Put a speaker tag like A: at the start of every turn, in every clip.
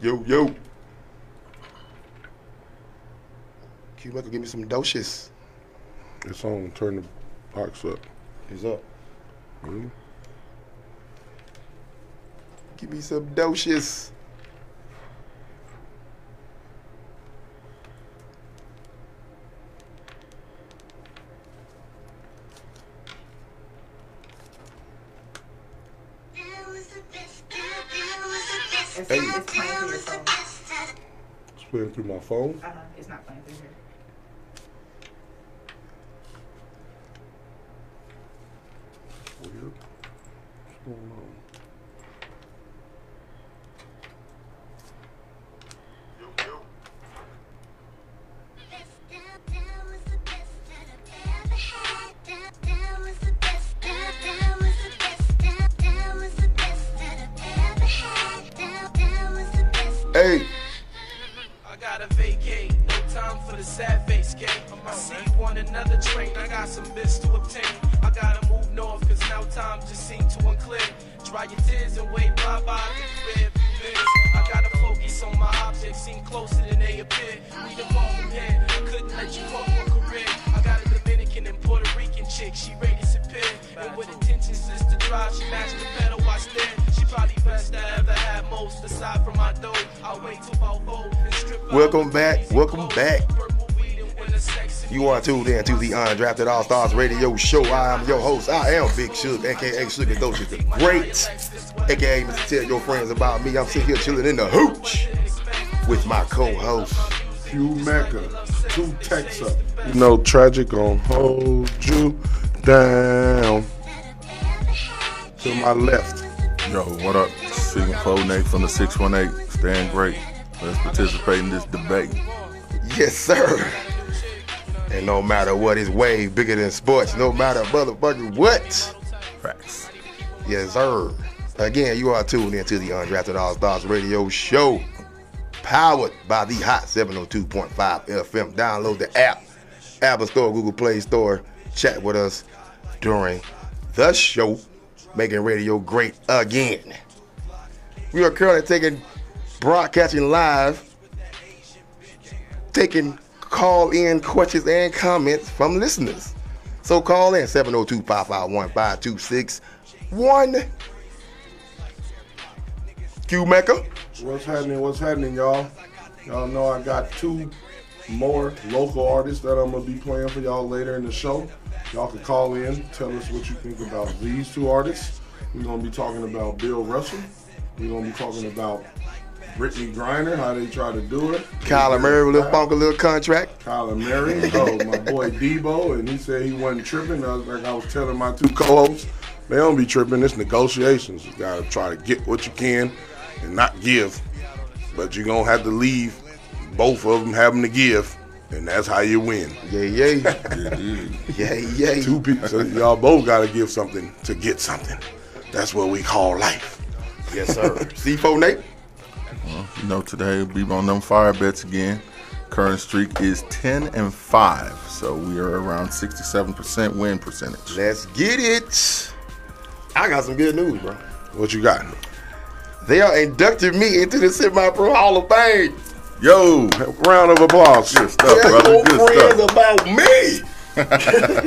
A: Yo, yo. Q Michael, give me some doshes.
B: It's on. Turn the box up.
A: He's up.
B: Really?
A: Give me some doshes.
C: It's,
A: Hey.
C: it's playing through your phone.
B: It's playing through my phone.
C: Uh-huh, it's not playing through here.
B: Weird. What's going on?
A: Hey,
D: I gotta vacate. No time for the sad face game. I see you on another train. I got some bits to obtain. I gotta move north, cause now time just seem to unclear. Dry your tears and wave bye bye to the rear view mirrors. I gotta focus on my objects, seem closer than they appear. We the from here. I couldn't let you walk my career. I got a Dominican and Puerto Rican chick. She ready to appear. And with intentions is to drive, she matched the pedal I stand. She probably best I ever had most, aside from my dough. I wait till my vote and strip out
A: Welcome back,
D: the
A: welcome back.
D: Purple weed and winter sex and
A: you are tuned in to the Undrafted All Stars Radio Show. I am your host. I am Big Suge, aka Sugar Doshes the Great, aka Mr. Tell Your Friends About Me. I'm sitting here chilling in the hooch with my co-host.
B: Hugh Mecca, two Texas. You know, tragic gon' hold you down. To my left,
E: Yo, what up? Sigma Four Nate from the 618. Stand great. Let's participate in this debate.
A: Yes, sir. And no matter what, it's way bigger than sports. No matter motherfucking what.
E: Facts.
A: Yes, sir. Again, you are tuned in to the Undrafted All Stars Radio Show, powered by the Hot 702.5 FM. Download the app, Apple Store, Google Play Store. Chat with us during the show, making radio great again. We are currently taking broadcasting live, taking call in questions and comments from listeners. So call in 702 551 5261. Q Mecca.
B: what's happening? What's happening, y'all? Y'all know I got two more local artists that I'm gonna be playing for y'all later in the show. Y'all can call in, tell us what you think about these two artists. We're gonna be talking about Bill Russell. We're gonna be talking about Brittany Griner, how they try to do it.
A: Kyler Murray with a little funk, a little contract.
B: Kyler Murray, oh, my boy Debo, and he said he wasn't tripping. I was like, I was telling my two co-hosts, they don't be tripping. It's negotiations. You gotta try to get what you can and not give, but you're gonna have to leave both of them having to give, and that's how you win.
A: Yay, yay. yay, yay.
B: Two people, so y'all both gotta give something to get something. That's what we call life.
A: Yes, sir. C4 Nate.
E: You know, today we'll be on them fire bets again. Current streak is 10 and 5, so we are around 67% win percentage.
A: Let's get it. I got some good news, bro.
B: What you got?
A: They are inducting me into the Semi Pro Hall of Fame.
E: Yo,
B: Round of applause.
E: good stuff,
A: Tell
E: brother.
A: your
E: Good
A: friends
E: stuff.
A: about me.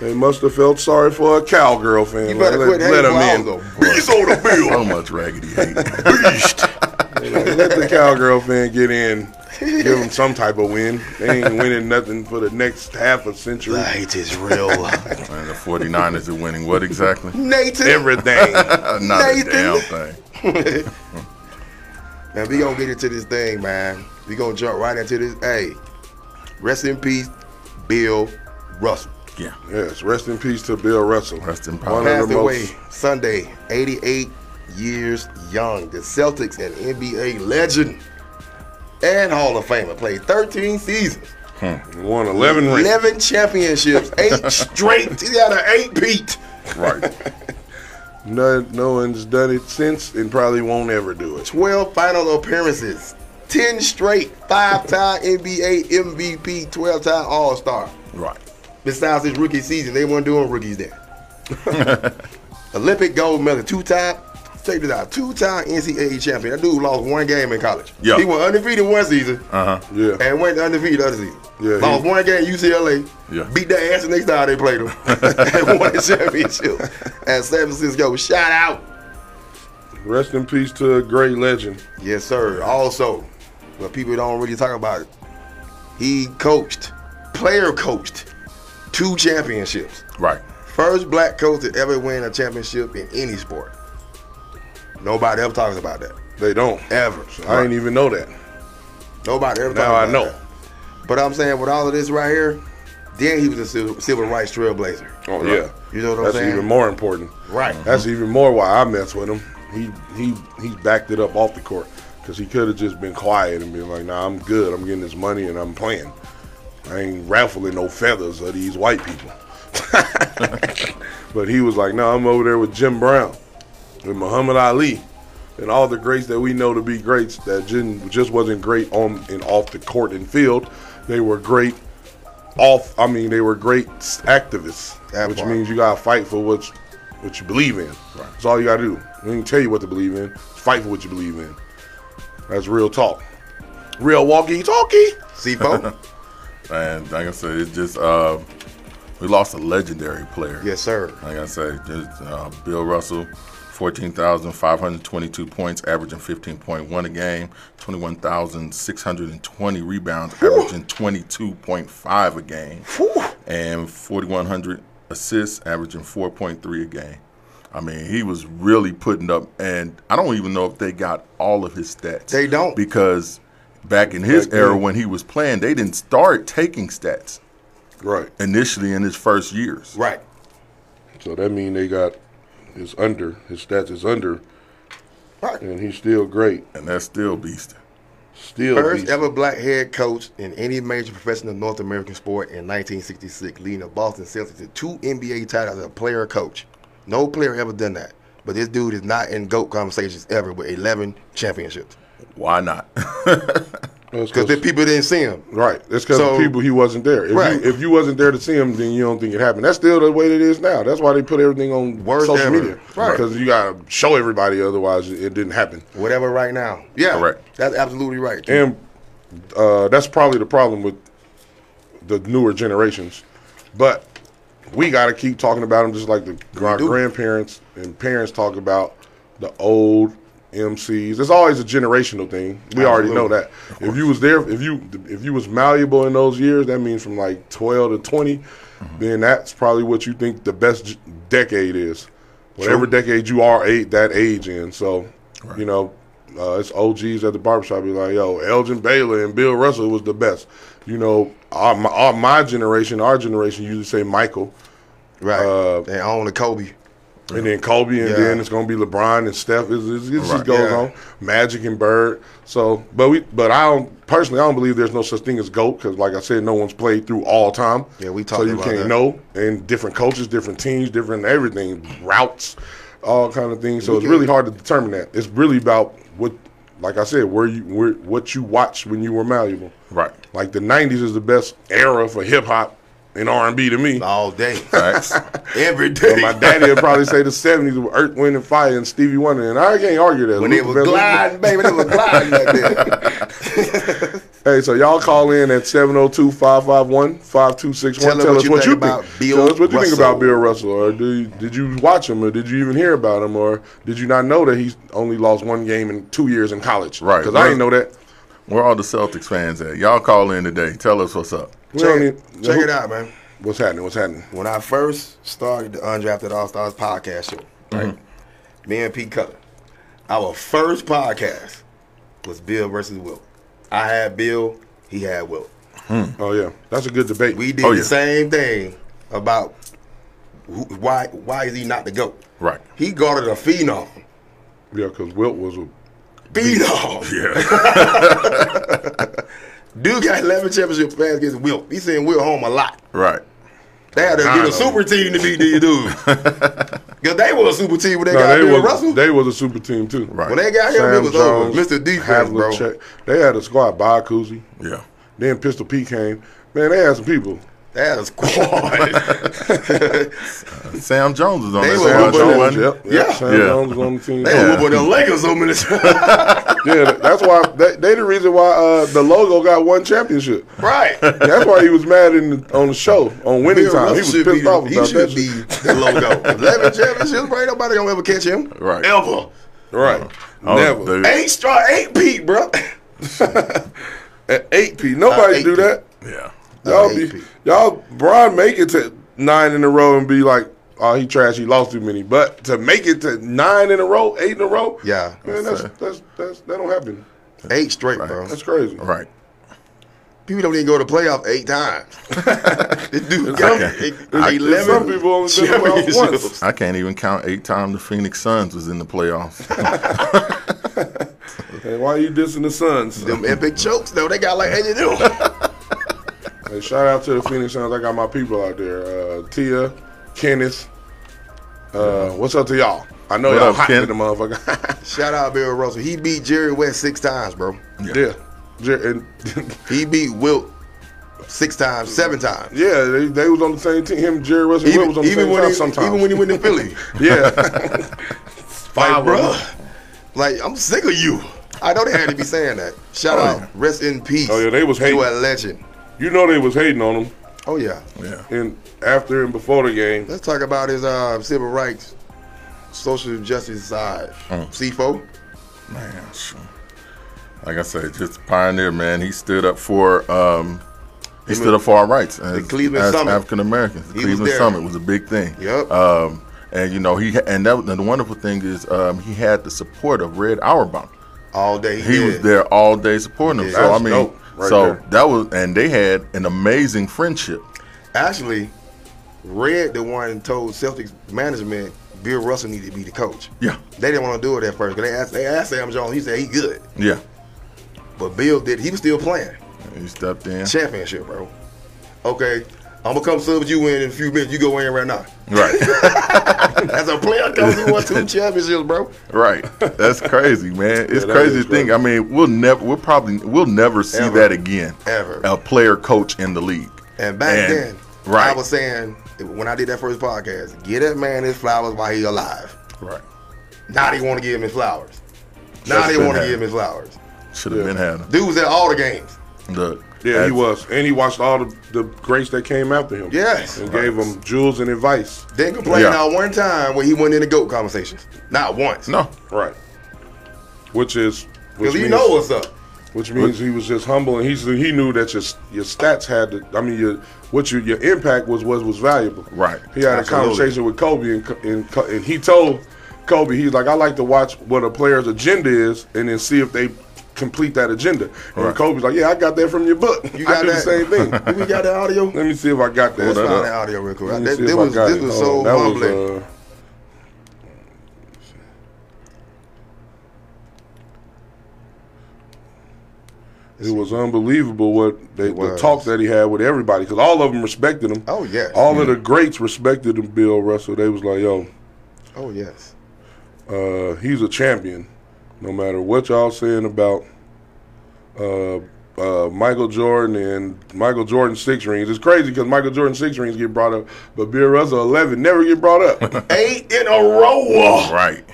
B: They must have felt sorry for a cowgirl fan.
A: You better
B: let,
A: quit
B: let
A: hating while I'm
B: them
A: the
B: in.
E: Beast on the bill. So much raggedy hate. Beast.
B: Let the cowgirl fan get in. Give them some type of win. They ain't winning nothing for the next half a century.
A: Light is real.
E: And the 49ers are winning what exactly? Uh,
A: Nathan.
B: Everything.
E: Not a
A: Nathan.
E: damn thing.
A: Now we gonna get into this thing, man. We gonna jump right into this. Hey, rest in peace, Bill Russell.
E: Yeah.
B: Yes, rest in peace to Bill Russell.
E: Rest in
B: One
E: power.
B: of
A: Passed
B: the
A: away
B: most,
A: Sunday, 88 years young. The Celtics and NBA legend and Hall of Famer played 13 seasons,
B: won 11 rings.
A: 11 championships, eight straight. He had an eight beat.
E: Right.
B: No, no one's done it since and probably won't ever do it.
A: 12 final appearances, 10 straight, five-time NBA MVP, 12-time All-Star.
E: Right.
A: Besides his rookie season, they weren't doing rookies there. Olympic gold medal, two-time Check this out. Two-time NCAA champion. That dude lost one game in college.
E: Yeah.
A: He went undefeated one season
E: Uh huh.
B: Yeah.
A: and went undefeated other season.
B: Yeah, he-
A: lost one game at UCLA.
E: Yeah.
A: Beat their ass the next time they played them. and won the championship at San Francisco. Shout out.
B: Rest in peace to a great legend.
A: Yes, sir. Also, but people don't really talk about it. He coached, player coached, two championships.
E: Right.
A: First black coach to ever win a championship in any sport. Nobody ever talks about that.
B: They don't.
A: Ever.
B: I didn't even know that.
A: Nobody ever
B: Now
A: talks
B: I
A: about
B: know.
A: that. But I'm saying with all of this right here, then he was a civil, civil rights trailblazer.
B: Oh
E: Right.
B: yeah.
A: You know what I'm
B: That's
A: saying?
B: even more important. Mm-hmm.
A: Right.
B: That's even more why I mess with him. He he he backed it up off the court because he could have just been quiet and been like, "Nah, I'm good. I'm getting this money and I'm playing. I ain't raffling no feathers of these white people." but he was like, "No, I'm over there with Jim Brown, with Muhammad Ali, and all the greats that we know to be greats that didn't, just wasn't great on and off the court and field. They were great off. I mean, they were great s- activists,
A: That
B: which
A: part.
B: means you gotta fight for what you, what you believe in. That's all you gotta do. We can tell you what to believe in. Fight for what you believe in. That's real talk. Real walkie talkie.
A: C4?
E: And like I said, it's just uh, we lost a legendary player.
A: yes, sir.
E: Like I said, just, uh, Bill Russell, 14,522 points, averaging 15.1 a game, 21,620 rebounds, averaging 22.5 a game, and 4,100 assists, averaging 4.3 a game. I mean, he was really putting up, and I don't even know if they got all of his stats.
A: They don't.
E: Because back in his
B: Back then.
E: era when he was playing, they didn't start taking stats
B: Right.
E: initially in his first years.
A: Right.
B: So that mean they got his under his stats is under,
A: Right.
B: and he's still great.
E: And that's still beasting.
B: Still
A: First
B: beast.
A: ever black head coach in any major professional North American sport in 1966, leading the Boston Celtics to two NBA titles as a player coach. No player ever done that. But this dude is not in GOAT conversations ever with 11 championships.
E: Why not?
B: That's
A: Because the people didn't see him.
B: Right. That's because
A: So-
B: of people he wasn't there. If,
A: Right.
B: you, if you wasn't there to see him, then you don't think it happened. That's still the way it is now. That's why they put everything on
A: Word
B: social
A: ever.
B: media.
A: Right.
B: Because you gotta show everybody, otherwise it didn't happen.
A: Whatever right now. Yeah.
E: Correct.
A: That's absolutely right.
B: And uh, that's probably the problem with the newer generations. But we gotta keep talking about them, just like the our
A: do.
B: grandparents and parents talk about the old MCs. It's always a generational thing. We already
A: Absolutely.
B: know that. If you was there, if you if you was malleable in those years, that means from like twelve to 20 then that's probably what you think the best j- decade is. Whatever decade you are eight that age in. So you know, uh, it's OGs at the barbershop be like, yo, Elgin Baylor and Bill Russell was the best. You know, our my, our, my generation, our generation usually say Michael.
A: right.
B: uh,
A: they own the Kobe.
B: And then Kobe, and
A: Yeah.
B: then it's gonna be LeBron and Steph. It's, it's, it
E: Right.
B: just goes
A: Yeah.
B: on. Magic and Bird. So, but we, but I don't personally, I don't believe there's no such thing as goat because, like I said, no one's played through all time.
A: Yeah, we
B: So
A: talked
B: you
A: about
B: can't
A: that.
B: know. And different coaches, different teams, different everything, routes, all kind of things. So it's
A: can-
B: really hard to determine that. It's really about what, like I said, where you where what you watched when you were malleable.
E: Right.
B: Like the '90s is the best era for hip hop and R&B to me.
A: All day.
E: Facts.
A: Every
B: But
A: day.
B: my daddy would probably say the 70s were Earth, Wind, and Fire and Stevie Wonder. And I can't argue that.
A: when they
B: Luther
A: was
B: Vandross-
A: gliding, baby, they was gliding back there.
B: Hey, so y'all call in at 702 551 5261.
A: Tell us
B: Tell
A: what
B: us
A: you
B: what
A: think
B: you
A: about
B: think.
A: Bill
B: Tell us what you think about
A: Russell.
B: Bill Russell. Or do you, did you watch him? Or did you even hear about him? Or did you not know that he's only lost one game in two years in college?
E: Right.
B: Because I didn't know that.
E: Where all the Celtics fans at? Y'all call in today. Tell us what's up.
B: We
A: Check,
B: don't
A: it,
B: need-
A: check
B: who-
A: it out, man.
B: What's happening? What's happening?
A: when I first started the Undrafted All Stars podcast show, right? Me and Pete Cutler, our first podcast was Bill versus Will. I had Bill, he had Will.
B: Oh, yeah. That's a good debate.
A: We did
E: Oh,
A: the
E: yeah.
A: same thing about who, why why is he not the goat?
E: Right.
A: He guarded a phenom,
B: Yeah, because Wilt was a.
A: phenom.
E: Yeah.
A: Dude got eleven championship pass against Will. He sent Will home a lot.
E: right.
A: They had to
B: Nah,
A: get
B: no.
A: a super team to beat these dudes. Cause they were a super team when they
B: No,
A: got
B: they,
A: Bill
B: was,
A: Russell.
B: they was a super team, too.
E: Right.
A: when they got him, it was over. Mr. Defense, bro.
B: Havlicek. They had a squad by Cousy.
E: Yeah.
B: Then Pistol Pete came. Man, they had some people.
A: That is squad.
E: Sam Jones is on
A: They
E: that
A: were
E: squad,
A: Uber-
E: though, wasn't he?
B: Yep.
A: Yeah.
B: Sam
E: Yeah.
B: Jones was on the team.
A: they
B: Yeah.
A: were whooping the Lakers so many times.
B: that- that's why that, they the reason why uh, the logo got one championship.
A: right.
B: That's why he was mad in the, on the show on winning
A: Bill
B: time. He was
A: Russell
B: pissed
A: be,
B: off
A: He
B: about
A: should
B: that.
A: be
B: shit.
A: the logo. Eleven championships, right? Nobody gonna ever catch him.
E: Right.
A: Ever.
B: Right.
E: Oh,
B: Never.
E: dude.
A: Eight star, eight peat, bro.
B: At eight P. Nobody
A: Uh,
B: do
A: 8P.
B: that.
E: Yeah.
B: Y'all
A: Uh,
B: be
A: 8P.
B: y'all Brian make it to nine in a row and be like, oh he trash, he lost too many. But to make it to nine in a row, eight in a row,
A: Yeah.
B: man, that's that's, that's that don't happen.
A: Eight straight, bro.
B: That's crazy.
E: Right.
A: People don't even go to playoff eight times. this dude got eight-
B: There's
A: eleven.
B: some people only been around once.
A: championships.
E: I can't even count eight times the Phoenix Suns was in the playoffs.
B: Hey, why you dissing the Suns?
A: Them epic chokes though, they got like eight of them.
B: Hey, shout out to the Phoenix Suns. I got my people out there. Uh, Tia, Kenneth. Uh, what's up to y'all? I know
E: What
B: y'all
E: up,
B: hot
E: Ken?
B: in the motherfucker.
A: Shout out Bill Russell. He beat Jerry West six times, bro.
B: yeah. Jer- and
A: He beat Wilt six times, seven times.
B: yeah, they, they was on the same team. Him, Jerry Russell, Will was on the same
A: when
B: team
A: he,
B: sometimes.
A: even when he went to Philly.
B: yeah.
A: Like,
B: Five
A: bro, like I'm sick of you. I know they had to be saying that. Shout out, rest in peace.
B: Oh, yeah, they was hating.
A: to a legend.
B: you know they was hating on him
A: Oh yeah.
E: yeah.
B: in after and before the game.
A: Let's talk about his uh, civil rights, social justice side.
B: Oh.
A: CFO.
E: Man, sure. like I said, just a pioneer, man. He stood up for um, he stood up for our rights as,
A: Cleveland
E: as
A: Summit.
E: African Americans. The
A: was
E: Cleveland
A: there.
E: Summit was a big thing.
A: Yep.
E: Um, and you know he ha- and that was- and the wonderful thing is um, he had the support of Red Auerbach.
A: all day.
E: He was
A: did.
E: there all day supporting him.
A: Yeah.
E: so I
B: That's
E: mean,
B: dope right
E: so
B: there.
E: that was and they had an amazing friendship.
A: Actually, Red the one told Celtics management Bill Russell needed to be the coach.
E: Yeah.
A: They didn't want to do it at first. 'cause They asked, they asked Sam Jones. He said he good,
E: Yeah.
A: but Bill did. He was still playing.
E: He stepped in.
A: championship, bro. Okay, I'm gonna come sub you in in a few minutes. You go in right now.
E: Right.
A: As a player, comes he won two championships, bro.
E: right. That's crazy, man. It's
B: that
E: crazy
B: is
E: to think.
B: crazy.
E: I mean, we'll never we'll probably we'll never see
A: Ever.
E: that again.
A: Ever.
E: A player coach in the league.
A: And back
E: And-
A: then,
E: right.
A: I was saying when I did that first podcast, get that man his flowers while he alive.
E: Right.
A: Now they want to give him his flowers. Now
E: That's
A: they
E: been
A: want to
E: happening.
A: give him his flowers.
E: Should have been had
A: Dude was at all the games.
E: him. Look.
B: Yeah, he
E: that's-
B: was, and he watched all the, the greats that came after him.
A: Yes.
B: and gave him jewels and advice.
A: Didn't complain
E: Yeah.
A: not one time when he went in the goat conversations. Not once.
E: No.
B: Right. Which is which
A: because you
B: means-
A: know what's up.
B: Which means he was just humble, and he he knew that your your stats had to. I mean, your what your your impact was was was valuable.
E: Right.
B: He had
A: Absolutely.
B: a conversation with Kobe, and, Co- and Co- and he told Kobe, he's like, I like to watch what a player's agenda is, and then see if they complete that agenda. And
E: Right.
B: Kobe's like, Yeah, I got that from your book.
A: You
B: I
A: got
B: do
A: that?
B: the same thing.
A: we got the audio.
B: Let me see if I got Oh, that. uh,
A: Let's
E: that
A: find
E: up.
A: the audio real quick.
B: Let me
A: That,
B: see if
A: this
B: I
A: was
B: got
A: this
B: it.
A: was
B: Hold
A: so
B: on. That was,
A: humbling.
B: uh, uh, It was unbelievable what they, the
A: was.
B: talk that he had with everybody because all of them respected him.
A: Oh, yes.
B: all of the greats respected him. Bill Russell, they was like, "Yo,
A: oh yes.
B: uh, he's a champion, no matter what y'all saying about uh, uh, Michael Jordan and Michael Jordan six rings." It's crazy because Michael Jordan six rings get brought up, but Bill Russell eleven never get brought up.
A: Eight in a row.
E: Right.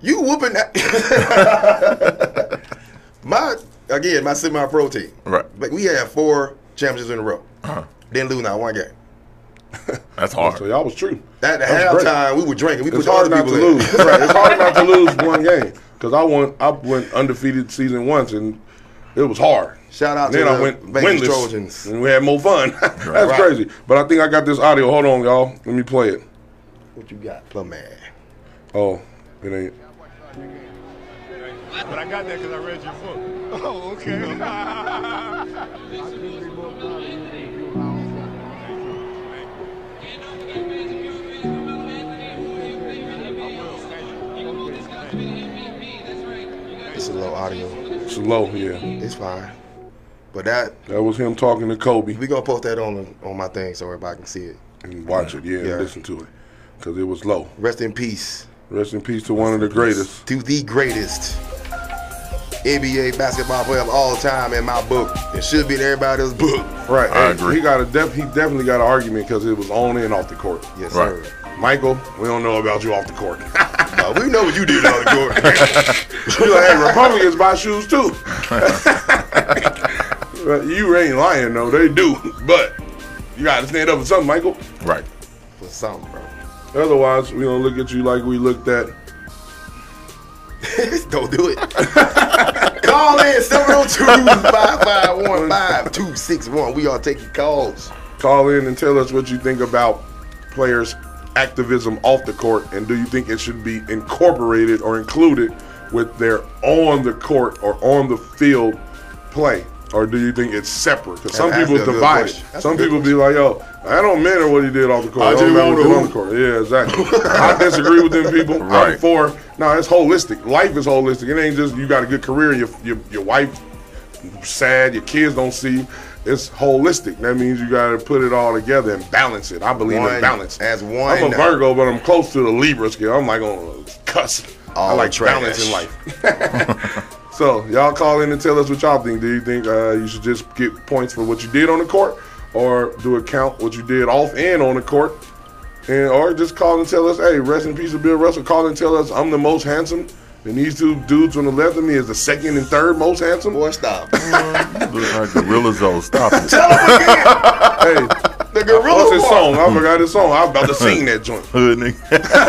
A: You whooping that? my again, my semi pro team.
E: Right.
A: Like we had four championships in a row.
B: Uh-huh.
A: Didn't lose not one game.
E: That's hard.
B: so y'all was true.
A: At the
B: That's great.
A: halftime, we were drinking. We
B: It's
A: put
B: hard
A: other
B: not
A: people
B: to
A: in.
B: lose. Right, It's hard not to lose one game because I won. I went undefeated season once, and it was hard.
A: Shout out
B: And then
A: to
B: I
A: the
B: went
A: Vegas
B: winless,
A: Trojans.
B: and we had more fun. That's
E: Right.
B: crazy. But I think I got this audio. Hold on, y'all. Let me play it.
A: What you got, plum man?
B: Oh, it ain't.
F: But I got that because I read your book.
G: Oh, okay.
A: It's a low audio.
B: It's low. Yeah,
A: It's fine. But that
B: that was him talking to Kobe.
A: we gonna post that on the, on my thing so everybody can see it.
B: And watch it. Yeah, and
A: Yeah.
B: listen to it because it was low.
A: Rest in peace
B: Rest in peace to one of the greatest.
A: to the greatest. NBA basketball player of all time in my book. It should be in everybody's book.
B: Right.
E: I
B: and
E: agree.
B: He got a def- he definitely got an argument because it was on and off the court.
A: Yes,
E: Right.
A: sir.
B: Michael, we don't know about you off the court.
A: No, we know what you did on the court.
B: you like, hey, Republicans buy shoes too. Well, you ain't lying though. They do, but you gotta stand up for something, Michael.
E: Right.
A: For something, bro.
B: Otherwise, we don't look at you like we looked at.
A: Don't do it. Call in 702-551-5261. We all taking calls.
B: Call in and tell us what you think about players' activism off the court, and do you think it should be incorporated or included with their on the court or on the field play, or do you think it's separate? 'Cause some
A: That's
B: people
A: a good
B: divide it.
A: question. That's
B: Some
A: a good
B: people be like, "Yo, I don't matter what he did off the court.
A: I
B: I, don't
A: just
B: matter what he did
A: wanna
B: on the court." Yeah, exactly. I disagree with them people. I'm
E: Right.
B: for now. It's holistic. Life is holistic. It ain't just you got a good career. Your your, your wife sad, your kids don't see. It's holistic. That means you gotta put it all together and balance it. I believe
A: One-
B: in balance.
A: as
B: I'm
A: one.
B: a Virgo, but I'm close to the Libra scale. I'm like on cuss. I
A: All
B: like
A: trash.
B: balance in life. so y'all call in and tell us what y'all think. Do you think uh, you should just get points for what you did on the court, or do it count what you did off and on the court? And or just call and tell us, hey, rest in peace to Bill Russell. Call and tell us I'm the most handsome. And these two dudes on the left of me is the second and third most handsome.
A: Boy, stop.
E: Look like Gorilla Zoe. Stop it.
B: hey,
A: the
B: What's
A: gorilla
B: his
A: song.
B: song? I forgot his song. I was about to sing that joint.
E: Hood nigga.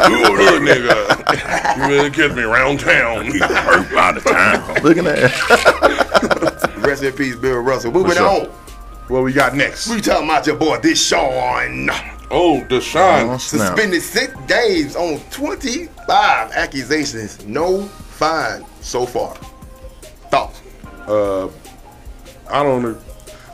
B: You a hood nigga. You really kissed me around town.
E: Hurt by the time. Looking at that.
A: Rest in peace, Bill Russell. Moving
E: For sure.
A: on.
B: What we got next?
A: We talking about your boy Deshaun.
B: Oh,
E: Oh,
B: Deshaun.
E: snap.
A: Suspended six games on 25 accusations. No fine so far. Thoughts?
B: I don't.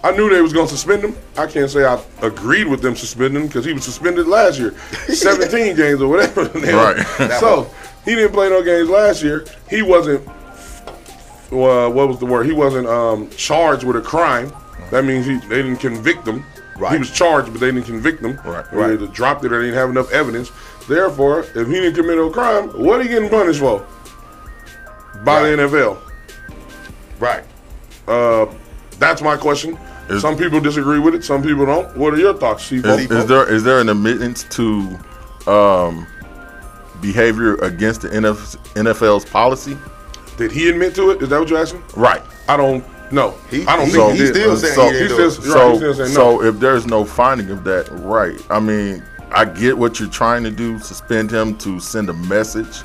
B: I knew they was gonna suspend him. I can't say I agreed with them suspending him because he was suspended last year, 17 games or whatever.
E: Right. That
B: so he didn't play no games last year. He wasn't. Uh, what was the word? He wasn't um, charged with a crime. That means he they didn't convict him. He
A: Right.
B: was charged, but they didn't convict him.
E: Right.
B: Or They either dropped it or they didn't have enough evidence. Therefore, if he didn't commit no crime, what are you getting punished for? By
A: Right.
B: the NFL.
A: Right.
B: Uh, That's my question.
E: Is-
B: some people disagree with it. Some people don't. What are your thoughts, Chief?
E: Is, is there is there an admittance to um, behavior against the NF, NFL's policy?
B: Did he admit to it? Is that what you're asking?
E: Right.
B: I don't know.
A: He-
B: I don't
A: he-
B: think
E: he
B: he did.
A: still saying
E: so-
A: he didn't
B: He
A: do it.
B: says- You're right,
E: So
B: he still saying
E: so if there's no finding of that, right? I mean, I get what you're trying to do, suspend him to send a message.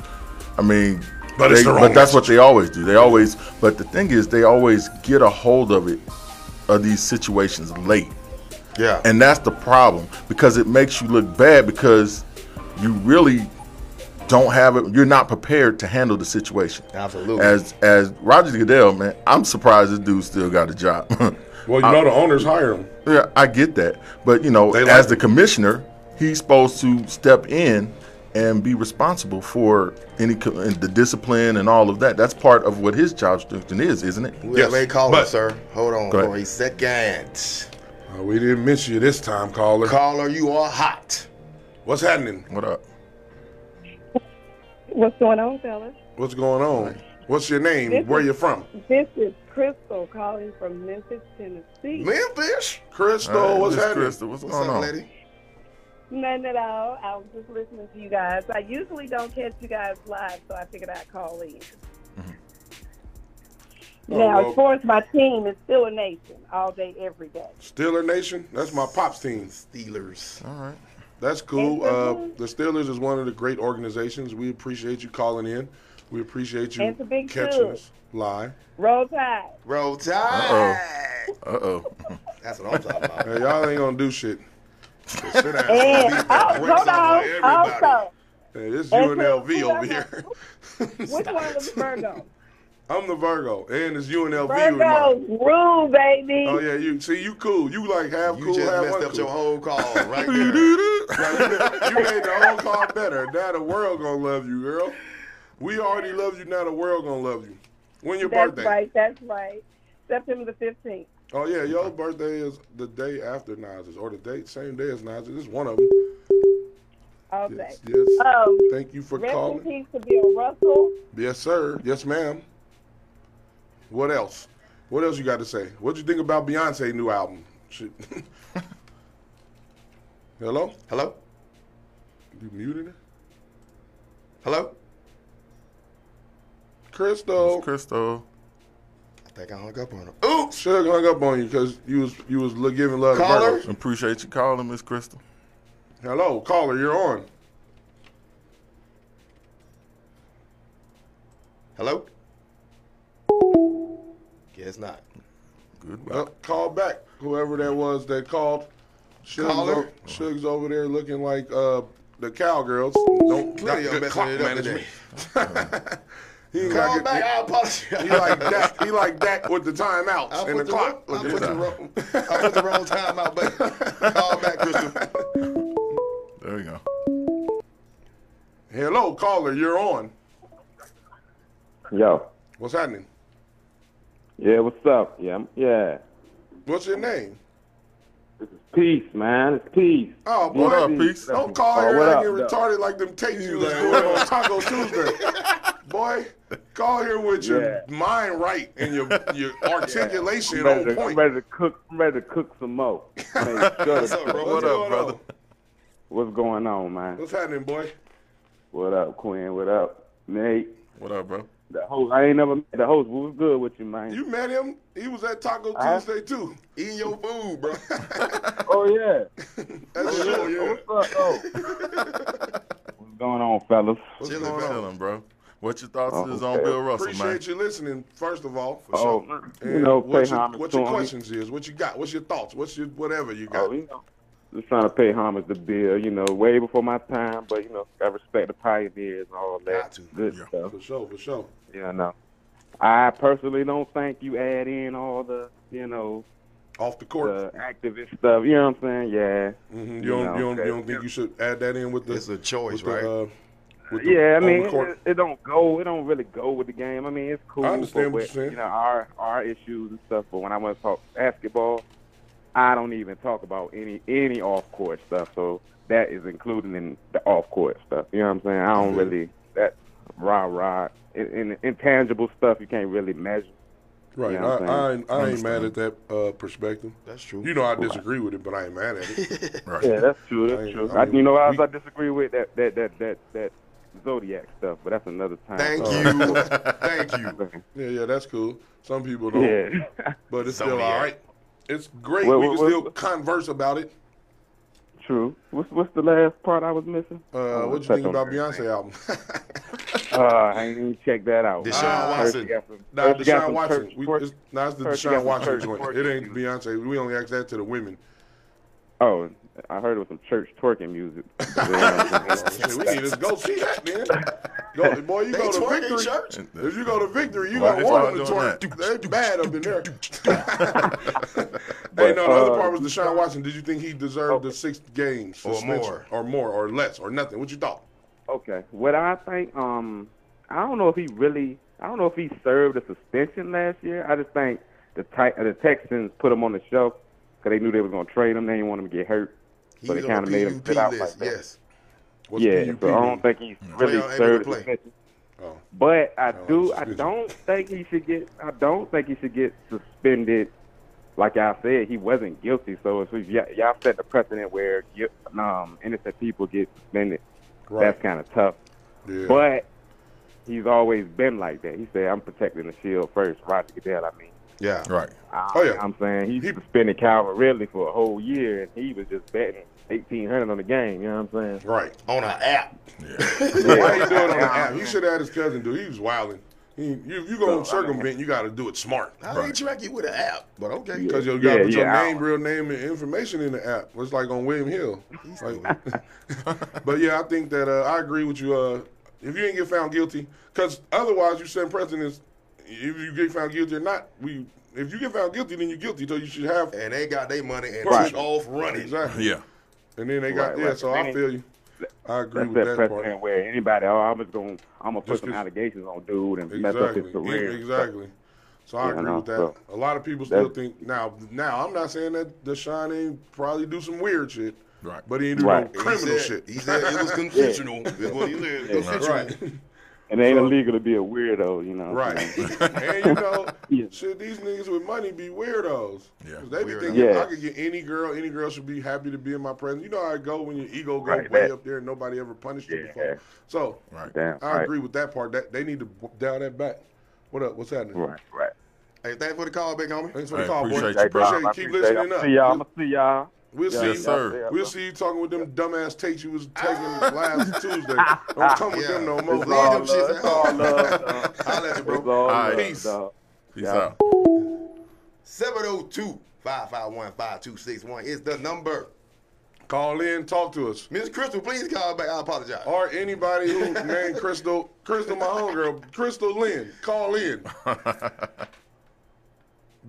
E: I mean,
B: But it's
E: they-
B: the wrong
E: but that's what they always do. They always. But the thing is, they always get a hold of it of these situations late.
A: Yeah.
E: And that's the problem because it makes you look bad because you really don't have it. You're not prepared to handle the situation.
A: Absolutely.
E: As as Roger Goodell, man, I'm surprised this dude still got a job.
B: well, you know the owners hired him.
E: yeah, I get that, but you know,
B: They like
E: as the
B: him.
E: commissioner, he's supposed to step in and be responsible for any co- and the discipline and all of that. That's part of what his job description is, isn't it?
A: we have
B: yes,
A: a caller,
B: but-
A: sir. Hold on
E: Go
A: for
E: ahead.
A: a second.
B: Uh, we didn't miss you this time, caller.
A: Caller, you are hot.
B: What's happening?
E: What up?
G: What's going on, fellas?
B: What's going on? What's your name?
G: This
B: Where
G: is-
B: you from?
G: This is Crystal calling from Memphis, Tennessee.
A: Memphis?
B: Crystal.
E: Hey,
B: what's
E: Miss
B: happening?
E: Crystal, what's
A: What's
E: going
A: up,
E: on?
A: lady?
G: Nothing at all. I was just listening to you guys. I usually don't catch you guys live, so I figured I'd call in.
B: Mm-hmm. Oh,
G: now,
B: well.
G: as far as my team, it's still a nation all day, every day.
B: Steeler Nation. That's my pops team.
A: Steelers.
E: All right.
B: That's cool.
G: And
B: Uh,
G: so-
B: the Steelers is one of the great organizations. We appreciate you calling in. We appreciate you
G: And the big
B: catching
G: two.
B: us live.
G: Roll Tide.
A: Roll Tide.
E: Uh oh.
A: That's what I'm talking about.
B: Hey, y'all ain't gonna do shit. So sit down. Beat
G: And,
B: the
G: oh,
B: brakes
G: hold on.
B: everybody.
G: Also,
B: Hey, this
G: And who-
B: UNLV
G: who
B: over
G: y'all
B: here.
G: which one was Virgo?
B: I'm the Virgo, and it's UNLV. tomorrow.
G: Virgo's rule, baby.
B: Oh yeah, you see, you cool. You like half
A: You
B: cool,
A: just
B: half
A: messed
B: uncool.
A: up your whole call right there.
B: you made the whole car better. Now the world gonna love you, girl. We already love you. Now the world gonna love you. When your
G: That's
B: birthday?
G: right. That's right. September the 15th.
B: Oh yeah, your birthday is the day after Nas's, or the date same day as Nas's. It's one of them.
G: All day.
B: Yes. yes.
G: Um,
B: Thank you for
G: Rest in
B: calling.
G: peace to Bill Russell.
B: Yes, sir. Yes, ma'am. What else? What else you got to say? What'd you think about Beyonce new album? Shit. Hello?
A: Hello?
B: You muted it?
A: Hello?
B: Crystal.
E: Crystal.
A: I think I hung up on him.
B: Oops. Shug hung up on you because you was you was li- giving love
A: Caller?
B: to Virgos.
E: Appreciate you calling, Miss Crystal.
B: Hello, caller, you're on.
A: Hello? Guess not.
E: Goodbye.
B: Uh, call back whoever that was that called. Shug's,
A: Caller?
B: o- Shug's over there looking like uh, the cowgirls. Don't
A: Clearly
B: not
A: I'm
B: good
A: messing
B: clock
A: it up today.
B: management. he
A: Call
B: like
A: back. I
B: He
A: apologize.
B: like that. He like that with the timeouts
A: I
B: and the
A: put the
B: clock.
A: wrong- I
B: Look at
A: put
B: that.
A: the wrong, I put the wrong time out, but call back, Crystal.
E: There you go.
B: Hello, caller, you're on.
H: Yo.
B: What's happening?
H: Yeah, what's up? Yeah, I'm- yeah.
B: What's your name?
H: Peace, man. It's peace.
B: Oh, boy.
E: What up, Peace?
B: Don't call
H: Oh,
B: here
H: what
B: and
H: up?
B: get
H: No.
B: retarded like them tapes you was doing on Taco Tuesday. Boy, call here with your
H: Yeah.
B: mind right and your, your articulation
H: I'm, ready
B: on
H: to, I'm
B: point.
H: ready to cook. I'm ready to cook some more. Man,
A: What's up, bro?
E: What up,
A: going on?
E: brother?
H: what's going on, man?
B: What's happening, boy?
H: What up, Quinn? What up, Nate?
E: What up, bro?
H: The host. I ain't never met the host. What was good with you, man?
B: You met him. He was at Taco
H: Uh-huh.
B: Tuesday, too.
A: Eating your food, bro.
H: oh yeah. Oh,
B: That's sure, yeah.
H: What's up, though? what's going on, fellas?
E: What's
A: Chilling,
E: going
A: bro.
E: on, Chilling, bro? What your thoughts
H: Oh,
E: is on
H: okay.
E: Bill Russell,
B: Appreciate
E: man?
B: you listening, first of all. For
H: Oh,
B: sure.
H: man, you
B: And
H: know,
B: what
H: pay
B: your,
H: homage
B: what
H: to
B: your
H: him.
B: questions is, what you got, what's your thoughts, what's your whatever you got.
H: Oh, you know, just trying to pay homage to Bill. You know, way before my time, but you know, I respect the pioneers and all that
A: Got to.
H: good
E: Yeah.
H: stuff.
B: For sure, for sure.
H: You know, I personally don't think you add in all the, you know,
B: Off the court.
H: the activist stuff. You know what I'm saying? Yeah.
B: Mhm. You don't,
H: know,
B: you don't, you
H: that-
B: don't think you should add that in with the?
A: It's a choice,
B: with the,
A: right?
B: uh, with the
H: Yeah, I mean,
B: on the court?
H: it, it don't go. It don't really go with the game. I mean, it's cool.
B: I understand
H: but
B: what
H: with,
B: you're saying.
H: You know, our our issues and stuff. But when I want to talk basketball, I don't even talk about any any off court stuff. So that is included in the off court stuff. You know what I'm saying? I don't
B: Mhm.
H: really that rah rah in, in, intangible stuff. You can't really measure.
B: right.
H: you know what
B: I, I,
H: I'm
B: ain't, I ain't mad at that uh, perspective.
A: That's true.
B: You know, I disagree with it, but I ain't mad at it.
E: Right.
H: Yeah, that's true.
B: I
H: That's
B: ain't-
H: true.
B: I
H: I,
B: mean,
H: you know, else
B: we-
H: I disagree with that that that that that zodiac stuff. But that's another time. Uh,
A: Thank
H: So-
A: you. Thank you.
B: yeah, yeah, that's cool. Some people don't,
H: Yeah.
B: but it's still
A: Zodiac.
B: all right. It's great.
H: Well,
B: we
H: well,
B: can still
H: well-
B: converse about it.
H: True. What's what's the last part I was missing?
B: Uh, what you think about Beyonce album?
H: Uh, I ain't even check that out.
A: Deshaun
H: Ah,
A: Watson.
H: Percy got some-
B: nah,
H: Percy got
B: Deshaun
H: some
B: Watson.
H: church-
B: We,
H: church-
B: it's, nah, it's the
H: Percy
B: Deshaun
H: got some
B: Watson
H: church
B: joint.
H: twerking
B: It ain't
H: music.
B: Beyonce. We only ask that to the women.
H: oh, I heard it was some church twerking music.
B: Shit, we need to go see that, man. Go, boy, you
A: They
B: go to
A: twerk in
B: victory.
A: church.
B: If you go to victory, you
E: Why
B: gonna
E: they
B: want them to
E: start doing
B: twerk. They bad up in there. hey, no,
H: But,
B: the other
H: uh, Oh.
B: part was Deshaun Watson. Did you think he deserved the six games
A: Or
B: suspension?
A: more.
B: or more, or less, or nothing? What you thought?
H: okay. What I think, um, I don't know if he really, I don't know if he served a suspension last year. I just think the Ti- uh, the Texans put him on the shelf because they knew they was gonna trade him. They didn't want him to get hurt, so they
A: He's on
H: kind
A: the
H: of made him
A: PUP
H: sit out like
A: list.
H: that.
A: Yes.
B: What's
H: Yeah,
B: PUP
H: so I
B: mean?
H: don't think he's really
A: Play on able to
H: served
A: play.
H: a suspension.
B: Oh.
H: But I
B: Oh,
H: do. I
B: excuse me.
H: don't think he should get. I don't think he should get suspended. Like I said, he wasn't guilty. So if we, y- y'all set the precedent where you, um, innocent people get suspended,
B: right.
H: that's kind of tough.
B: yeah.
H: But he's always been like that. He said, "I'm protecting the shield first. Roger Goodell. I mean,
A: Yeah.
E: Right.
H: I,
B: Oh, yeah.
H: I'm saying he,
B: He-
H: suspended Calvin Ridley for a whole year, and he was just betting 1,800 on the game. You know what I'm saying?
B: right.
A: On an app.
B: Why he doing it on the app? He should have had his cousin do. it. He was wilding. He, you you gonna circumvent? You got to do it smart.
A: How they track you with an app? But okay.
H: Yeah.
B: Because you got to put your
H: yeah, I-
B: name, real name, and information in the app. It's like on William Hill. Like- but yeah, I think that uh, I agree with you. Uh, if you didn't get found guilty, because otherwise you send precedence. If you get found guilty or not, we if you get found guilty, then you're guilty. So you should have
A: And they got their money and
B: Right.
A: took off running.
B: exactly.
E: Yeah.
B: And then they got
H: Right,
B: yeah.
H: right.
B: So I
H: Any-
B: feel you. I agree
H: That's
B: with
H: that
B: that
H: precedent
B: part.
H: where anybody, oh, I'm just gonna, I'm gonna put
B: Just
H: some
B: 'cause-
H: allegations on dude and mess up his
B: Exactly.
H: career.
B: E- Exactly. So I
H: Yeah, I
B: agree
H: know.
B: with that.
H: So,
B: a lot of people still
H: that's-
B: think now. Now I'm not saying that Deshaun ain't probably do some weird shit,
E: Right.
B: but he ain't do
H: Right.
B: no
A: He
B: criminal
A: said-
B: shit.
A: He said it was conventional. Is what he said.
B: Right.
H: And it ain't
B: So-
H: illegal to be a weirdo, you know.
B: Right. and you know,
H: Yeah.
B: should these niggas with money be weirdos?
E: Yeah.
B: 'Cause they be
A: Weirdos.
B: thinking
H: Yeah.
B: I could get any girl, any girl should be happy to be in my presence. You know how it go when your ego goes
H: Right,
B: way
H: that-
B: up there and nobody ever punished you
H: Yeah.
B: before. So
E: Right.
H: Damn.
B: I
H: right.
B: agree with that part. That they need to b- dial that back. What up? What's happening?
H: Right, right.
A: Hey, thanks for the call, big homie.
B: Thanks for the
E: Hey,
B: call, boy.
E: appreciate
H: Hey,
E: you, bro.
H: Bob, I
B: Keep
H: appreciate
B: listening
H: it. I'ma
B: up.
H: See y'all. I'm gonna see y'all.
B: We'll
H: Yeah,
B: see.
E: Yes, sir.
H: yeah,
B: We'll
H: bro.
B: see you talking with them dumbass takes you was taking last Tuesday. Don't come with
A: Yeah.
B: them no
A: It's
B: more.
A: all
B: Leave them
A: love.
B: shits
A: It's
B: alone.
A: all
H: love, dog.
B: Holla at you,
H: It's all
B: bro.
H: love,
B: Peace.
H: dog.
E: Peace
H: Yeah.
E: out.
A: 702 551 5261 is the number.
B: Call in, talk to us.
A: Miss Crystal, please call back. I apologize.
B: Or anybody who named Crystal, Crystal, my homegirl, Crystal Lynn, call in.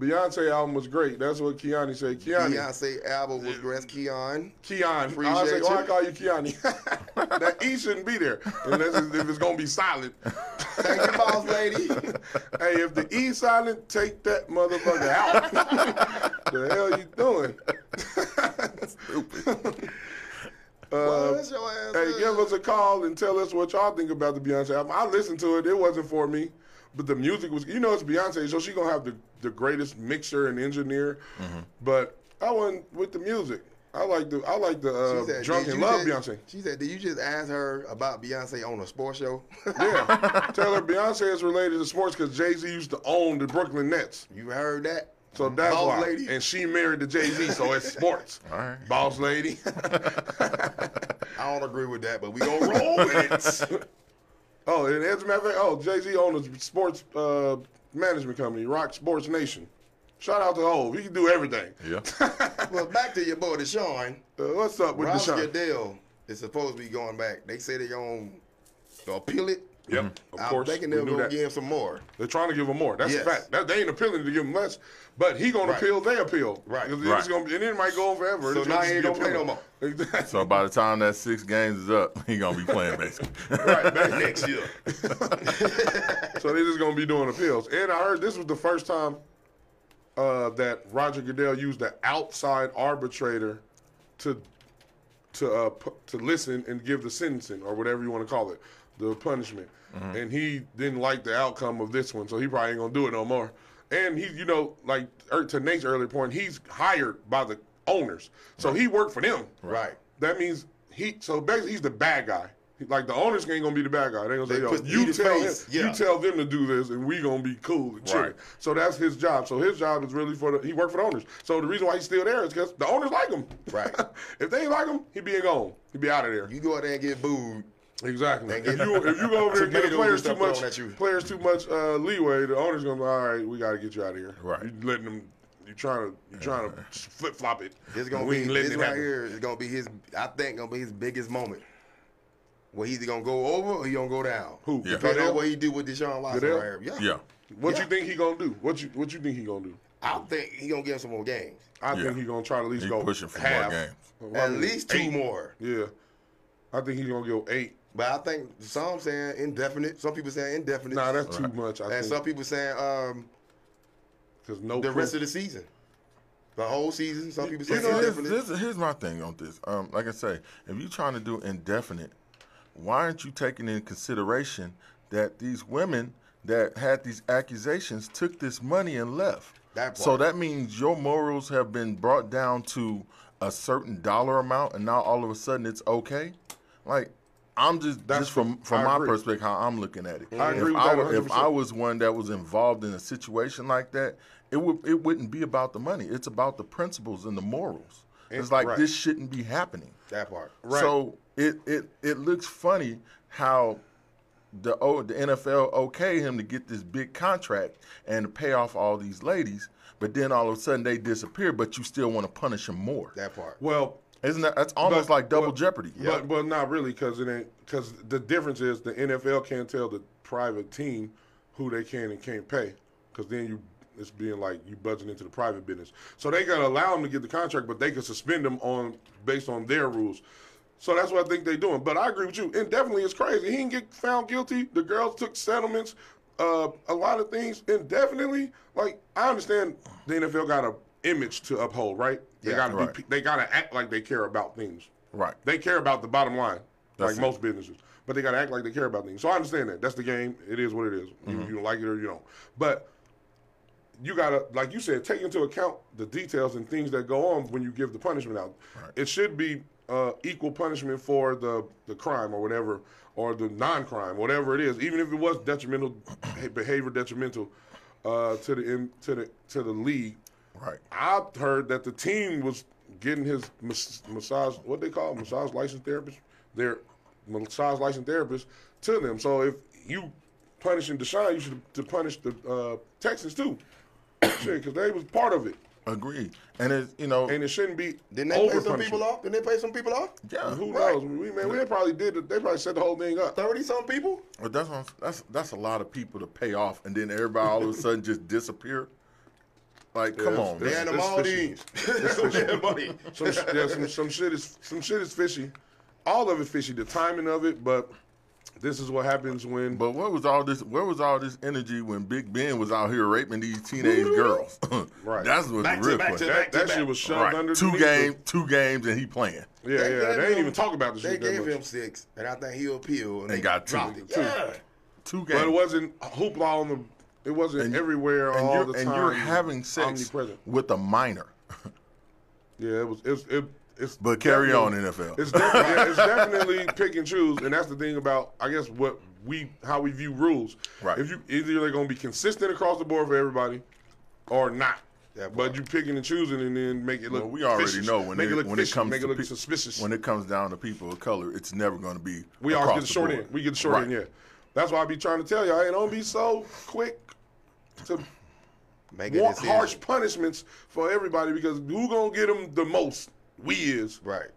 B: Beyonce album was great. That's what Keanu said. Keanu.
A: Beyonce album was dressed Keon.
B: Keon. I
A: Appreciate
B: say, why I
A: you.
B: call you Keanu? that E shouldn't be there. Unless it's, if it's going to be silent.
A: Thank you, boss lady.
B: hey, if the E silent, take that motherfucker out. the hell you doing? Uh,
A: What's your ass
B: hey,
A: up?
B: give us a call and tell us what y'all think about the Beyonce album. I listened to it; it wasn't for me, but the music was. You know, it's Beyonce, so she gonna have the the greatest mixer and engineer.
A: Mm-hmm.
B: But I wasn't with the music. I like the I like the
A: She
B: uh,
A: said,
B: drunk
A: "Did
B: and
A: you
B: love
A: just-
B: Beyonce.
A: She said, "Did you just ask her about Beyonce on a sports show?"
B: Yeah, tell her Beyonce is related to sports because Jay Z used to own the Brooklyn Nets.
A: you heard that?
B: So that's
A: Mm-hmm. Boss
B: why.
A: lady.
B: And she married to Jay Z, so it's sports.
E: All right.
B: Boss lady.
A: I don't agree with that, but we gonna roll with it.
B: Oh, and as a matter of fact, oh, Jay Z owns a sports uh, management company, Rock Sports Nation. Shout out to Hov. He can do everything.
E: Yeah.
A: well, back to your boy Deshaun.
B: Uh, what's up with
A: Rob
B: Deshaun?
A: Goodell is supposed to be going back. They say they're gonna appeal it.
B: Yep, of
A: I'm
B: course.
A: thinking
B: we
A: they're
B: knew
A: gonna
B: that.
A: give him some more.
B: They're trying to give him more. That's
A: Yes.
B: a fact. That, they ain't appealing to give him less, but he gonna
A: Right.
B: appeal their appeal.
A: Right.
B: Because
E: Right.
B: It's gonna, be- and it might go on forever.
A: So
B: It's
A: now he
B: just
A: ain't gonna
B: be
A: play no
B: appealing.
A: more.
B: Exactly.
E: So by the time that six games is up, he gonna be playing baseball.
A: Next year.
B: so they're just gonna be doing appeals. And I heard this was the first time uh, that Roger Goodell used an outside arbitrator to to uh, pu- to listen and give the sentencing or whatever you want to call it, the punishment. And he didn't like the outcome of this one, so he probably ain't gonna do it no more. And he, you know, like er, to Nate's earlier point, he's hired by the owners, so he worked for them.
A: Right.
B: That means he. So basically, he's the bad guy. He- Like the owners ain't gonna be the bad guy. They gonna
A: They
B: say, "Yo,
A: put-
B: you
A: eat his
B: tell him,
A: face.
B: you
A: Yeah.
B: tell them to do this, and we gonna be cool and chill."
E: Right.
B: So that's his job. So his job is really for the. He worked for the owners. So the reason why he's still there is because the owners like him.
A: Right.
B: if they ain't like him, he be gone. He be out of there.
A: You go out there and get booed.
B: Exactly.
A: They
B: If
A: get-
B: you if you go over there and give the players
A: Tomatoes
B: too
A: and stuff thrown at you.
B: much players too much uh, leeway, the owners gonna be all right. We gotta get you out of here.
E: Right.
B: You letting them. You trying to you trying to flip flop it.
A: It's gonna
B: we
A: be
B: ain't
A: Uh-huh.
B: letting
A: this
B: it
A: right
B: happen.
A: here is gonna be his. I think gonna be his biggest moment. Where he's gonna go over or he gonna go down.
B: Who?
E: Yeah.
A: Depending
B: Goodell?
A: on what he do with Deshaun Watson
B: Goodell?
A: right here.
E: Yeah.
B: What
A: Yeah.
B: you think he gonna do? What you what you think he gonna do?
A: I think he gonna give him some more games.
B: I
E: Yeah.
B: think he gonna try to at least
E: He
B: go
E: pushing for
B: half.
E: more games.
B: Well, I
A: At
B: mean,
A: least two
B: eight.
A: more.
B: Yeah, I think he's gonna go eight.
A: But I think some saying indefinite. Some people saying indefinite.
B: Nah, that's too much. I
A: and some
B: think
A: people saying um,
B: because no
A: the
B: proof.
A: rest of the season, the whole season. Some people
E: You
A: saying
E: know, this,
A: indefinite.
E: this, here's my thing on this. Um, like I say, if you're trying to do indefinite, why aren't you taking in consideration that these women that had these accusations took this money and left?
A: That
E: so
A: part.
E: that means your morals have been brought down to a certain dollar amount, and now all of a sudden it's okay. Like I'm just
B: That's
E: just from
B: the-
E: from
B: I
E: my
B: agree.
E: perspective how I'm looking at it.
B: I agree
E: if
B: with
E: I
B: that
E: were- if I
B: 100%.
E: was one that was involved in a situation like that, it would it wouldn't be about the money. It's about the principles and the morals. It's like
B: right.
E: this shouldn't be happening.
A: that part.
E: So it it it looks funny how the O- the NFL okay him to get this big contract and to pay off all these ladies, but then all of a sudden they disappear. But you still want to punish them more.
A: That part.
B: well,
E: Isn't that that's almost
B: But-
E: like double
B: but-
E: jeopardy?
B: But but not really because it ain't because the difference is the NFL can't tell the private team who they can and can't pay because then you it's being like you budging into the private business. So they gotta allow them to get the contract, but they can suspend them on based on their rules. So that's what I think they're doing. But I agree with you. And definitely it's crazy. He didn't get found guilty. The girls took settlements, uh, a lot of things indefinitely. Like I understand the NFL got a image to uphold, right? They
A: Yeah,
B: gotta
E: right.
B: be, they gotta act like they care about things.
E: Right.
B: They care about the bottom line.
E: That's
B: like
E: it.
B: most businesses. But they got to act like they care about things. So I understand that. That's the game. It is what it is.
E: Mm-hmm.
B: You, you like it or you don't. But you gotta, like you said, take into account the details and things that go on when you give the punishment out. It should be uh, equal punishment for the the crime or whatever, or the non-crime, whatever it is. Even if it was detrimental behavior, detrimental uh, to the in, to the to the league.
E: Right.
B: I heard that the team was getting his mas- massage, what they call it, massage licensed therapist, their massage licensed therapist to them. So if you punishing Deshaun, you should to punish the uh, Texans too, shit, because they was part of it,
E: Agreed. And it's you know
B: and it shouldn't be
A: Didn't they pay
B: over
A: some people
B: punishment.
A: off? Didn't they pay some people off?
E: yeah,
B: Who
E: right.
B: knows? We man, we probably did. it. They probably set the whole thing up.
A: Thirty some people.
E: But that's what I'm- that's that's a lot of people to pay off, and then everybody all of a sudden just disappear. Like, come
B: it's-
E: on,
A: They
E: man.
A: had
B: It's-
A: them
B: it's
A: all
B: fishy.
A: these. They had money.
B: Some, sh- yeah, some some shit is some shit is fishy. All of it fishy. The timing of it, but this is what happens when.
E: But where was all this? Where was all this energy when Big Ben was out here raping these teenage girls?
B: Right.
E: That's what
A: Back
E: the
A: to
E: real
A: back to
E: question.
B: that that
A: back.
B: shit was shoved under
E: Right. Two
B: games.
E: game, two games, and he playing.
B: Yeah, yeah.
A: gave
B: They ain't
A: him-
B: even talk about this
A: They
B: shit that
A: gave
B: much.
A: him six, and I think he'll appeal. And
E: They got two.
A: dropped it.
E: Two.
A: Yeah.
E: Two games.
B: But it wasn't hoopla on the. It wasn't
E: And-
B: everywhere
E: and
B: all
E: you're,
B: the time.
E: and you're having sex
B: omnipresent.
E: with a minor.
B: Yeah, it was. It's. It, it's
E: But carry on,
B: definitely-
E: NFL.
B: It's definitely, yeah, it's definitely pick and choose, and that's the thing about I guess what we how we view rules.
E: Right.
B: If you either they're gonna be consistent across the board for everybody, or not.
A: That part.
B: but you picking and choosing and then make it look.
E: Well, we already
B: vicious.
E: know when
B: make
E: it,
B: it, look
E: when
B: vicious,
E: it comes
B: make
E: to
B: it look
E: pe-
B: suspicious.
E: when it comes down to people of color, it's never going to be.
B: We always get
E: across
B: the short
E: board.
B: end. We get the short
E: Right.
B: end, yeah. That's why I be trying to tell y'all, hey, don't be so quick to
A: Make a
B: want
A: decision.
B: harsh punishments for everybody because who gonna get them the most? We is.
A: Right.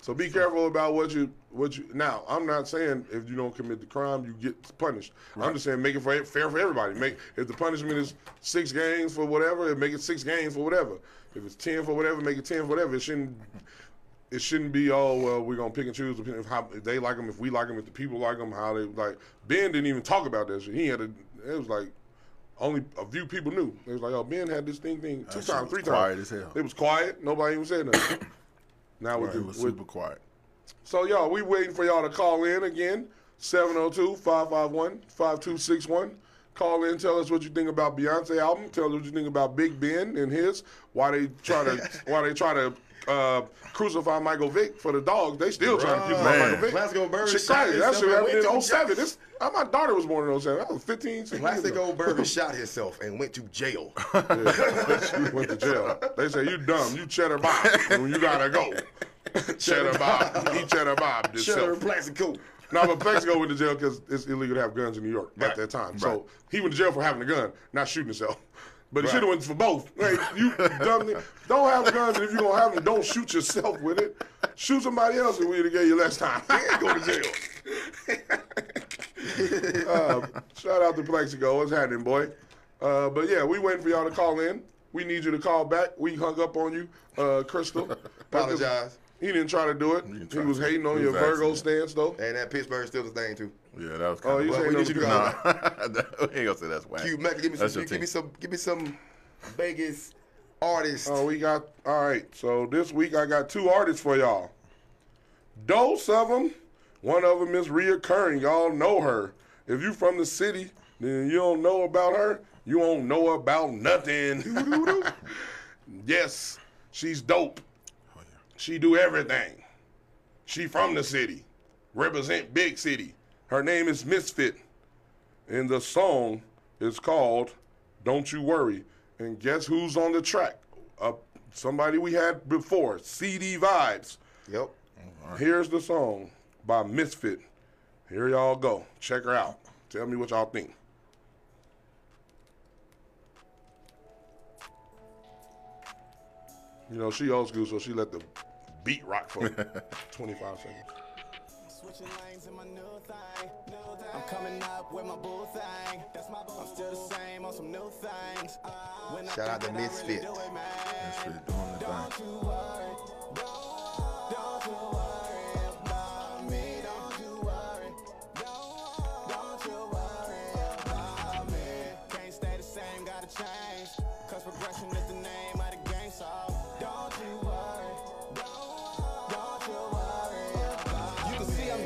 B: So be careful about what you what you. Now I'm not saying if you don't commit the crime you get punished. I'm just saying make it for, fair for everybody. Make if the punishment is six games for whatever, make it six games for whatever. If it's ten for whatever, make it ten for whatever. It shouldn't it shouldn't be oh well we're gonna pick and choose depending if how if they like them if we like them if the people like them how they like Ben didn't even talk about that shit. He had a it was like only a few people knew. It was like oh Ben had this thing thing two
E: shit
B: times
E: was
B: three
E: quiet
B: times.
E: as hell.
B: It was quiet. Nobody even said nothing. Now with,
E: Right,
B: the,
E: It was
B: with
E: super quiet.
B: so, y'all, we waiting for y'all to call in again. 702-551-5261. Call in, tell us what you think about Beyonce album. Tell us what you think about Big Ben and his. Why they try to why they try to uh, crucify Michael Vick for the dogs. They still trying to crucify
E: Man.
B: Michael Vick.
A: Glasgow Birds
B: Shit
A: shot
B: crazy. That
A: himself
B: shit
A: and
B: happened
A: went
B: in
A: to
B: 07. This, uh, my daughter was born in 07. I was 15, 16 years
A: Plastic
B: ago.
A: old burger shot himself and went to jail.
B: Yeah. went to jail. They say, you dumb. You cheddar bob. When you got to go. cheddar bob. He cheddar bob himself.
A: Cheddar and Plaxico.
B: No, but Plexico went to jail because it's illegal to have guns in New York at
A: Right.
B: that time. So he went to jail for having a gun, not shooting himself. But he
A: Right.
B: should have went for both. Hey, you dumb, ni- don't have guns, and if you're gonna have them, don't shoot yourself with it. Shoot somebody else, and we'll get you less time. go to jail. uh, shout out to Plexico. What's happening, boy? Uh, but yeah, we waiting for y'all to call in. We need you to call back. We hung up on you, uh, Crystal.
A: Apologize.
B: He didn't try to do it.
E: didn't
B: He
E: try
B: was
E: to do it.
B: hating on
E: He
B: your
E: was
B: Virgo
E: accident.
B: stance, though.
A: And that Pittsburgh Steelers thing too.
E: Yeah, that was
B: Oh,
E: kind
B: you
E: of.
B: say
A: we
B: no
A: need you to
B: because-
A: go.
E: Nah, I ain't gonna say that's whack.
A: Q Mac, give me some.
E: That's your
A: Give me
E: team.
A: some. Give me some Vegas artist.
B: Oh, we got all right. So this week I got two artists for y'all. Dose of them. One of them is reoccurring. Y'all know her. If you from the city, then you don't know about her. You won't know about nothing. yes, she's dope. She do everything. She from the city. Represent big city. Her name is Misfit. And the song is called Don't You Worry. And guess who's on the track? Uh, somebody we had before, CD Vibes.
A: Yep.
B: Here's the song by Misfit. Here y'all go. Check her out. Tell me what y'all think. You know, she old school, so she let the beat rock for 25 seconds.
I: Switching lanes in my new thing. I'm coming up with my boo thing. That's my boo. I'm still the same on some new things. When
A: Shout out to Misfit.
E: That's really doing the thing.
I: Can't stay the same, gotta change. Cause progression is the name of the game, so don't you worry. Don't, don't you worry about You can see I'm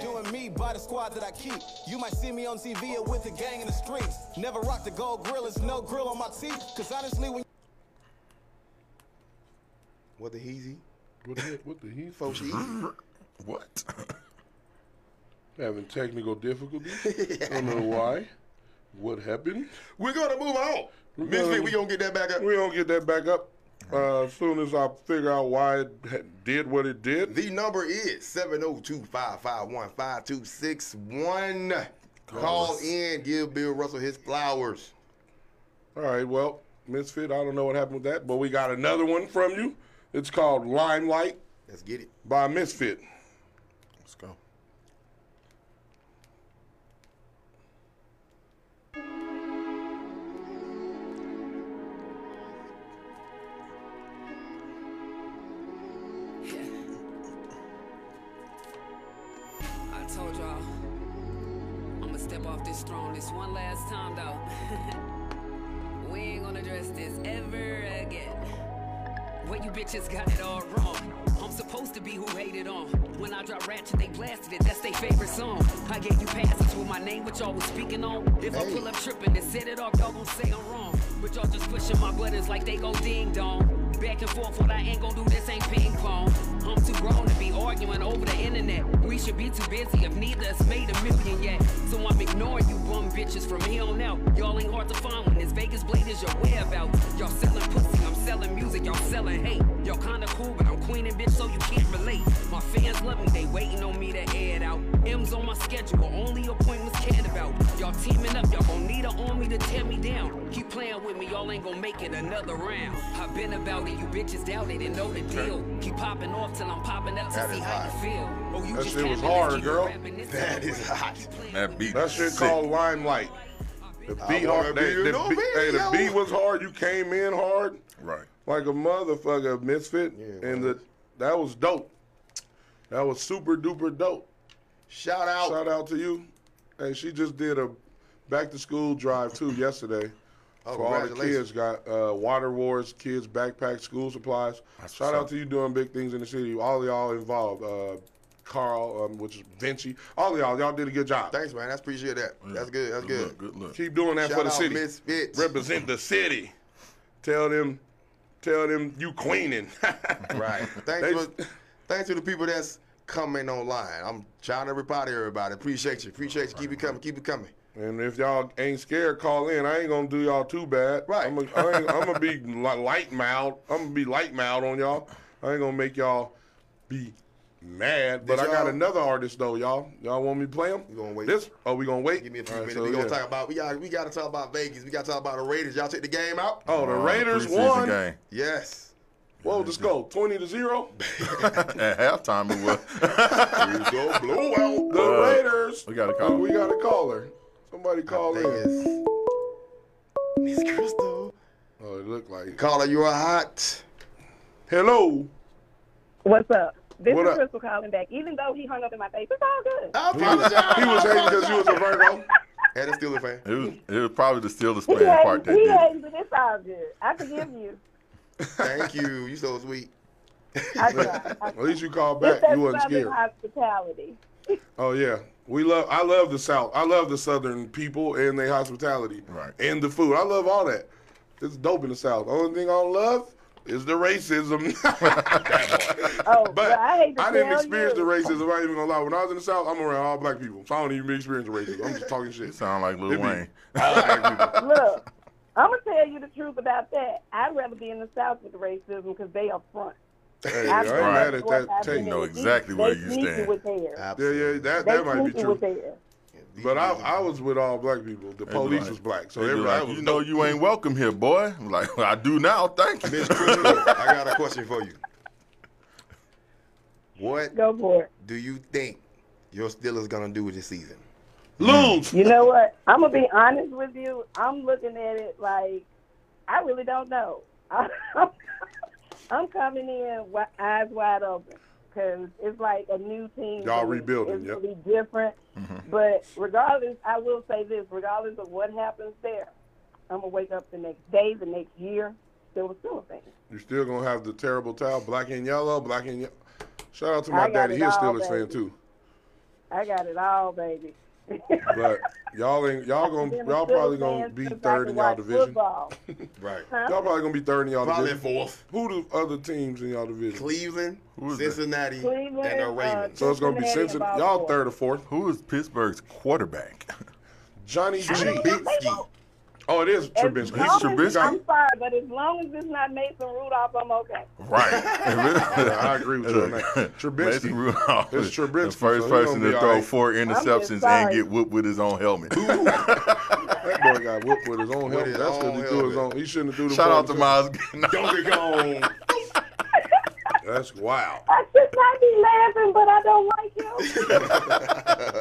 I: by the squad that I keep. You might see me on TV or with the gang in the streets. Never rock the gold grill, it's no grill on my teeth. Cause honestly, when
A: What the heezy?
B: What the, what the heat?
A: Folks easy.
E: What?
B: Having technical difficulties. Don't know why. What happened?
A: We're gonna move on. Miss
B: gonna-
A: Vick, we gonna get that back up.
B: We don't get that back up. Uh, as soon as I figure out why it ha- did what it did,
A: The number is 702-551-5261. Call,
E: Call us.
A: in, give Bill Russell his flowers.
B: all right. Well, Misfit, I don't know what happened with that, but we got another one from you. It's called Limelight
A: Let's get it.
B: by Misfit.
E: Let's go.
J: I told y'all, I'ma step off this throne this one last time though. we ain't gonna address this ever again. Well, you bitches got it all wrong. I'm supposed to be who hated on. When I drop ratchet, they blasted it. That's their favorite song. I gave you passes with my name, which y'all was speaking on. If I
A: Hey.
J: pull up tripping and set it off, y'all gon' say I'm wrong. But y'all just pushing my buttons like they go ding dong. Back and forth, what I ain't gon' do, this ain't ping pong. I'm too grown to be arguing over the internet. We should be too busy if neither us made a million yet. So I'm ignoring you bum bitches from here on out. Y'all ain't hard to find when this Vegas blade is your whereabout. Y'all selling pussy, I'm selling music, y'all selling hate. Y'all kinda cool, but I'm queen and bitch, so you can't relate. My fans love me, they waiting on me to air it out. M's on my schedule, only appointments cared about. Y'all teaming up, y'all gon' need an army to tear me down. Keep playing with me, y'all ain't gon' make it another round. I've been about it, you bitches doubt it and know the deal. Keep popping off till I'm popping up to
A: That
J: see
A: is
J: how
A: hot.
J: you feel. Oh, you
B: That
J: just
B: shit was
J: tapping,
B: hard,
J: keep
B: girl.
J: rapping, this
A: That
J: is
A: is hot.
E: That beat.
B: That shit
E: sick.
B: called Limelight. The beat
A: wanna
B: hard. That,
A: be
B: the,
A: in the
B: beat, hey, the
A: video.
B: beat was hard. You came in hard
E: Right.
B: like a motherfucker, Misfit,
A: Yeah, it
B: and
A: was.
B: the, that was dope. That was super duper dope.
A: Shout out.
B: Shout out to you. Hey, she just did a back to school drive too yesterday.
A: Oh,
B: for all the
A: congratulations.
B: kids got uh, water wars, kids backpacks, school supplies.
E: That's
B: Shout
E: what's
B: out
E: up.
B: to you doing big things in the city. All y'all involved, uh, Carl, um, which is Vinci. All y'all, y'all did a good job.
A: Thanks, man. I appreciate that. That's good. That's good.
E: Look, good look.
B: Keep doing that
A: Shout
B: for the
A: out
B: city.
A: Misfits.
B: Represent the city. Tell them, tell them you queening.
A: Right.
B: They-
A: Thanks for, thanks to the people that's coming online. I'm trying to reply to everybody. Appreciate you. Appreciate you. Keep it coming. Keep it coming.
B: And if y'all ain't scared, call in. I ain't gonna do y'all too bad.
A: Right.
B: I'm gonna, I ain't, I'm gonna be li- light mouthed. I'm gonna be light mouthed on y'all. I ain't gonna make y'all be mad. But
A: Did
B: I got
A: y'all-
B: another artist though, y'all. Y'all want me to play him?
A: We gonna wait.
B: This? Oh, we gonna wait?
A: Give me a few
B: All right,
A: minutes.
B: so,
A: we gonna
B: yeah.
A: talk about we got we gotta talk about Vegas. We gotta talk about the Raiders. Y'all take the game out?
B: Oh, the
E: Uh,
B: Raiders
E: preseason
B: won.
E: Game.
A: Yes.
B: Whoa, let's go. Twenty to zero.
E: At halftime, it was.
A: go blowout.
B: The
E: Uh,
B: Raiders.
E: we got a caller.
B: We got a caller. Somebody call in.
A: Vegas. Miss Crystal.
B: Oh, it looked like.
A: Caller, you are hot.
B: Hello.
G: What's up? This
B: What
G: is
B: up?
G: Crystal calling back. Even though he hung up in my face, it's all good.
A: I
B: He was,
A: apologize.
B: he was hating because you was a Virgo.
A: And a Steelers fan.
E: It was. It was probably the Steelers
G: He
E: playing part
G: hated,
E: that
G: he
E: did. it.
G: hated, but it's all good. I forgive you.
A: Thank you. You so sweet.
G: I try. I
B: At least you called
G: It's
B: back.
G: that
B: You wasn't
G: Southern
B: scared.
G: hospitality.
B: Oh yeah, we love. I love the South. I love the Southern people and their hospitality,
E: Right.
B: And the food. I love all that. It's dope in the South. Only thing I don't love is the racism.
G: Oh,
B: but
G: well, I hate to
B: I didn't
G: tell
B: experience
G: you.
B: the racism. I ain't even gonna lie. When I was in the South, I'm around all black people, so I don't even experience the racism. I'm just talking
E: You
B: shit.
E: sound like Lil
B: It be-
E: Wayne.
G: Look, I'm gonna tell you the truth about that. I'd rather be in the South with the racism because they are front.
B: Hey, I
G: I
B: ain't
G: think
B: mad at that.
G: that's what I've
B: take.
G: been
E: know
G: in.
E: exactly where
G: They
E: you
G: sneaky
E: stand.
G: With hair.
B: Yeah,
A: Absolutely.
B: yeah, that
G: They
B: Ah, that might be
G: sneaky with
B: true.
G: hair.
B: But I I was with all black people. The
E: They be
B: police
E: like-
B: was black, so
E: they be
B: everybody
E: like,
B: was
E: you know, you ain't welcome here, boy. I'm like, I do now. Thank you.
A: Miss Crystal, I got a question for you. What
G: Go for it.
A: do you think your Steelers gonna do this season?
B: lose.
G: You know what? I'm gonna be honest with you. I'm looking at it like I really don't know. I'm coming in wi- eyes wide open because it's like a new team.
B: Y'all
G: for me.
B: rebuilding,
G: It's
B: yep. Mm-hmm.
G: gonna be different. But regardless, I will say this: regardless of what happens there, I'm gonna wake up the next day, the next year, still still a thing.
B: You're still gonna have the terrible towel, black and yellow, black and yellow. Shout out to
G: I
B: my
G: got
B: daddy,
G: it
B: he's a
G: all,
B: Steelers fan
G: baby.
B: too.
G: I got it all, baby.
B: But y'all ain't y'all gonna y'all probably gonna be third in y'all division.
G: Football.
A: Right.
G: Huh?
B: Y'all probably gonna be third in y'all
A: Probably
B: division.
A: fourth.
B: Who the other teams in y'all division?
A: Cleveland,
E: Who is that?
A: Cincinnati,
G: Cleveland,
A: and the Ravens.
G: uh,
B: So it's gonna be
G: Cincinnati
B: Cincinnati.
G: about
B: Y'all
G: four.
B: third or fourth.
E: Who is Pittsburgh's quarterback?
B: Johnny G.
A: Trubisky.
B: Oh, it is
G: As
B: Trubisky.
G: long as-
E: Trubisky.
G: I'm sorry, but as long as it's not Mason Rudolph, I'm okay.
E: Right.
B: I agree with you on that. Trubisky.
E: Mason Rudolph
B: It's
E: is
B: Trubisky,
E: The first
B: so he gonna
E: person to
B: be
E: throw
B: all right.
E: four interceptions and
G: sorry.
E: get whooped with his own helmet.
B: That boy got whooped with his own helmet.
A: his
B: That's
A: own
B: because he threw his
A: helmet.
B: own. He shouldn't have threw the
E: Shout
B: ball
E: out to
B: himself.
E: Miles.
A: Donkey Kong.
B: That's wild.
G: I should not be laughing, but I don't like you.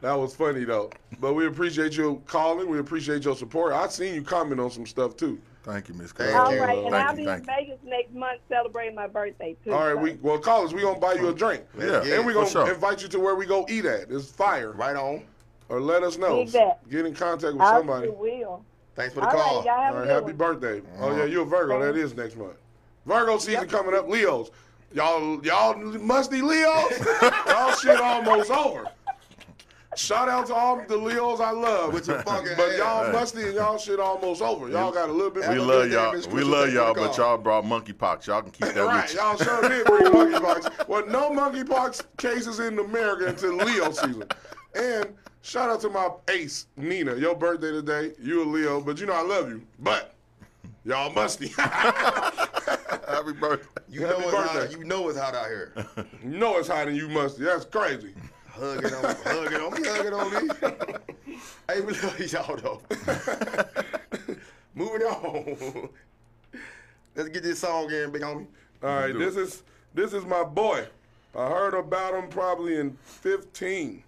B: That was funny though. But we appreciate you calling. We appreciate your support. I seen you comment on some stuff too.
E: Thank you, Miss
A: Thank
G: All
E: Cloud.
A: you.
G: right, and
E: Thank
G: I'll be
E: you.
G: in
E: Thank you.
G: Vegas next month celebrating my birthday too.
B: All right,
G: so.
B: we well callers, we gonna buy you a drink.
E: Yeah,
B: and we
E: for
B: gonna
E: sure.
B: invite you to where we go eat at. It's fire.
A: Right on.
B: Or let us know.
G: Big bet.
B: Get in contact with
G: I
B: somebody.
G: sure will.
A: Thanks for
G: All
A: the
G: right,
A: call.
G: y'all have
B: All
G: a
B: right,
G: good
B: happy
G: one.
B: birthday. Oh
E: Uh-huh.
B: yeah, you're a Virgo. That is next month. Virgo season coming up. Leos, y'all, y'all musty Leos. y'all shit almost over. Shout out to all the Leos I love,
A: With your fucking
B: but
A: ass.
B: y'all musty and y'all shit almost over. Y'all got a little bit.
E: We
A: Have a
E: love
A: good day,
E: y'all.
A: Miss
E: We
A: Crystal.
E: love
A: Thank you
E: y'all,
A: for
E: but
A: calling.
E: y'all brought monkeypox. Y'all can keep that
B: Right,
E: with you.
B: y'all sure did bring monkeypox. Well, no monkeypox cases in America until Leo season. And shout out to my ace, Nina. Your birthday today. You a Leo, but you know I love you. But y'all musty.
E: Happy birthday.
A: You know,
B: Happy
A: it's hot,
B: birthday.
A: you know it's hot out here.
B: You know it's hotter than you musty. That's crazy.
A: Hugging on, hugging on me, hugging on me. hey, we love y'all though. Moving on. Let's get this song in, big homie.
B: All right,
E: do
B: this is this is my boy. I heard about him probably in 15.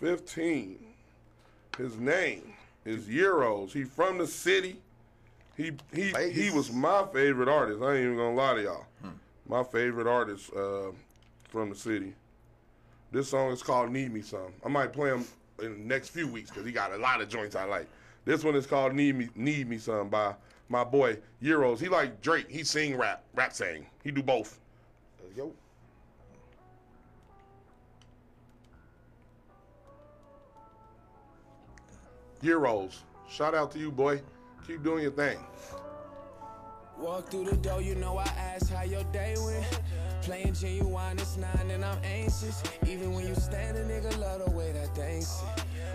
B: 15. His name is Euros. He from the city. He he he
A: Vegas.
B: was my favorite artist. I ain't even gonna lie to y'all. My favorite artist uh, from the city. This song is called "Need Me Some." I might play him in the next few weeks because he got a lot of joints I like. This one is called "Need Me Need Me Some" by my boy Euros. He like Drake. He sing rap, rap sing. He do both.
A: Yo.
B: Euros, shout out to you, boy. Keep doing your thing.
I: Walk through the door, you know I ask how your day went. Playing genuine, it's nine and I'm anxious. Even when you stand a nigga, love the way that thing sit.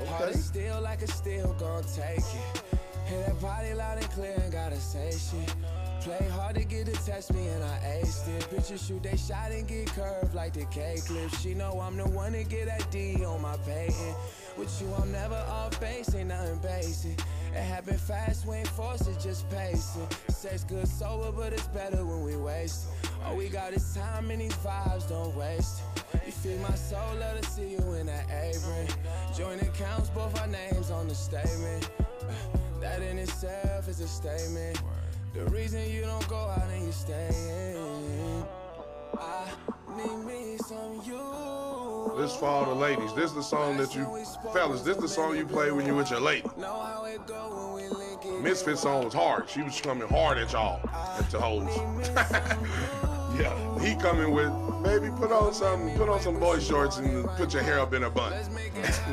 I: Heart is still like a still gon' take it. Hear that body loud and clear and gotta say shit. Play hard to get to test me and I aced it. Bitches shoot they shot and get curved like the K clip. She know I'm the one to get that D on my patent. With you, I'm never off base, ain't nothing basic. It happened fast, we ain't forced it, just pace it. Sex good sober, but it's better when we waste it. All we got is time and these vibes, don't waste it. You feel my soul, love to see you in that apron. Joint accounts, both our names on the statement. That in itself is a statement. The reason you don't go out and you stay in. I need me some you.
B: This for all the ladies. This the song that you, fellas. This the song you play when you with your lady.
I: Know how it go when we link it.
B: Misfit song was hard. She was coming hard at y'all, at the hoes. yeah, he coming with, baby, put on some, put on some boy shorts and put your hair up in a bun.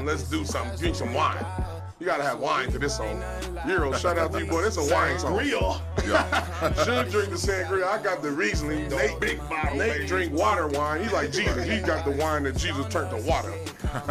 B: Let's do something. Drink some wine. You gotta have wine to this song. Euro, shout out to you, boy. This a wine song. Real. Should drink the sangria. I got the Riesling. Nate, big bottle. Nate drink water wine. He like Jesus. He got the wine that Jesus turned to water,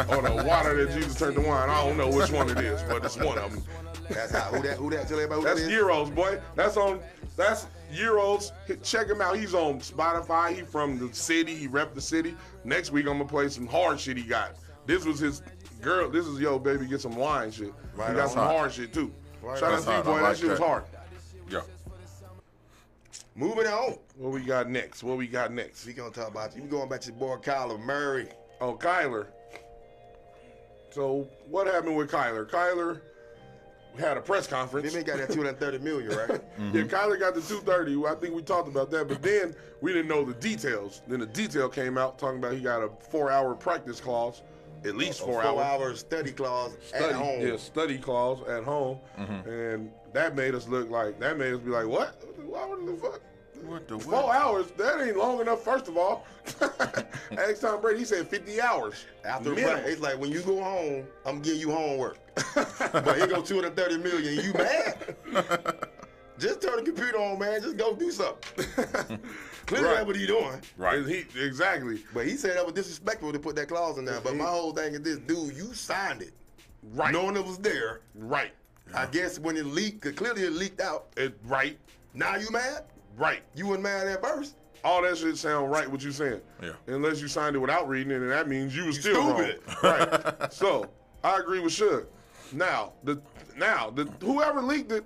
B: or the water that Jesus turned to wine. I don't know which one it is, but it's one of them.
A: That's hot. Who that? Who that? Tell everybody who
B: That's
A: that is.
B: Euros, boy. That's on. That's Euros. Hit- Check him out. He's on Spotify. He from the city. He rep the city. Next week I'm gonna play some hard shit he got. This was his girl. This is yo baby. Get some wine shit. he got
A: on.
B: some hard shit too. Shout out
E: That's
B: to you,
E: hard.
B: boy.
E: I
B: that
E: like
B: shit was
E: that.
B: hard.
E: Yeah.
A: Moving on.
B: What we got next? What we got next?
A: We gonna talk about you. We going back to your boy Kyler Murray.
B: Oh, Kyler. So what happened with Kyler? Kyler had a press conference.
A: They got that 230 million, right?
B: Yeah, Kyler got the 230. I think we talked about that, but then we didn't know the details. Then the detail came out talking about he got a four-hour practice clause, at least
A: A
B: four,
A: four
B: hours.
A: hour study clause
B: Study,
A: at home. Mm-hmm.
B: Yeah, study clause at home, and that made us look like that made us be like, what? Why would the fuck?
E: What the
B: Four hours? That ain't long enough. First of all, ask Tom Brady. He said fifty hours.
A: After
B: Minimum.
A: break, it's like when you go home, I'm giving you homework. but here go 230 million. You mad? Just turn the computer on, man. Just go do something. Clearly, that's what he doing.
E: Right.
B: And he exactly
A: But he said that was disrespectful to put that clause in there. But my whole thing is this, dude, you signed it,
B: right.
A: knowing it was there.
B: Right.
A: I guess when it leaked, 'cause clearly it leaked out.
B: It, right.
A: Now you mad?
B: Right.
A: You weren't mad at first.
B: All that shit sound right. What you saying?
E: Yeah.
B: Unless you signed it without reading it, and that means you was still
A: stupid.
B: wrong. Right. so I agree with Suge. Now the now the whoever leaked it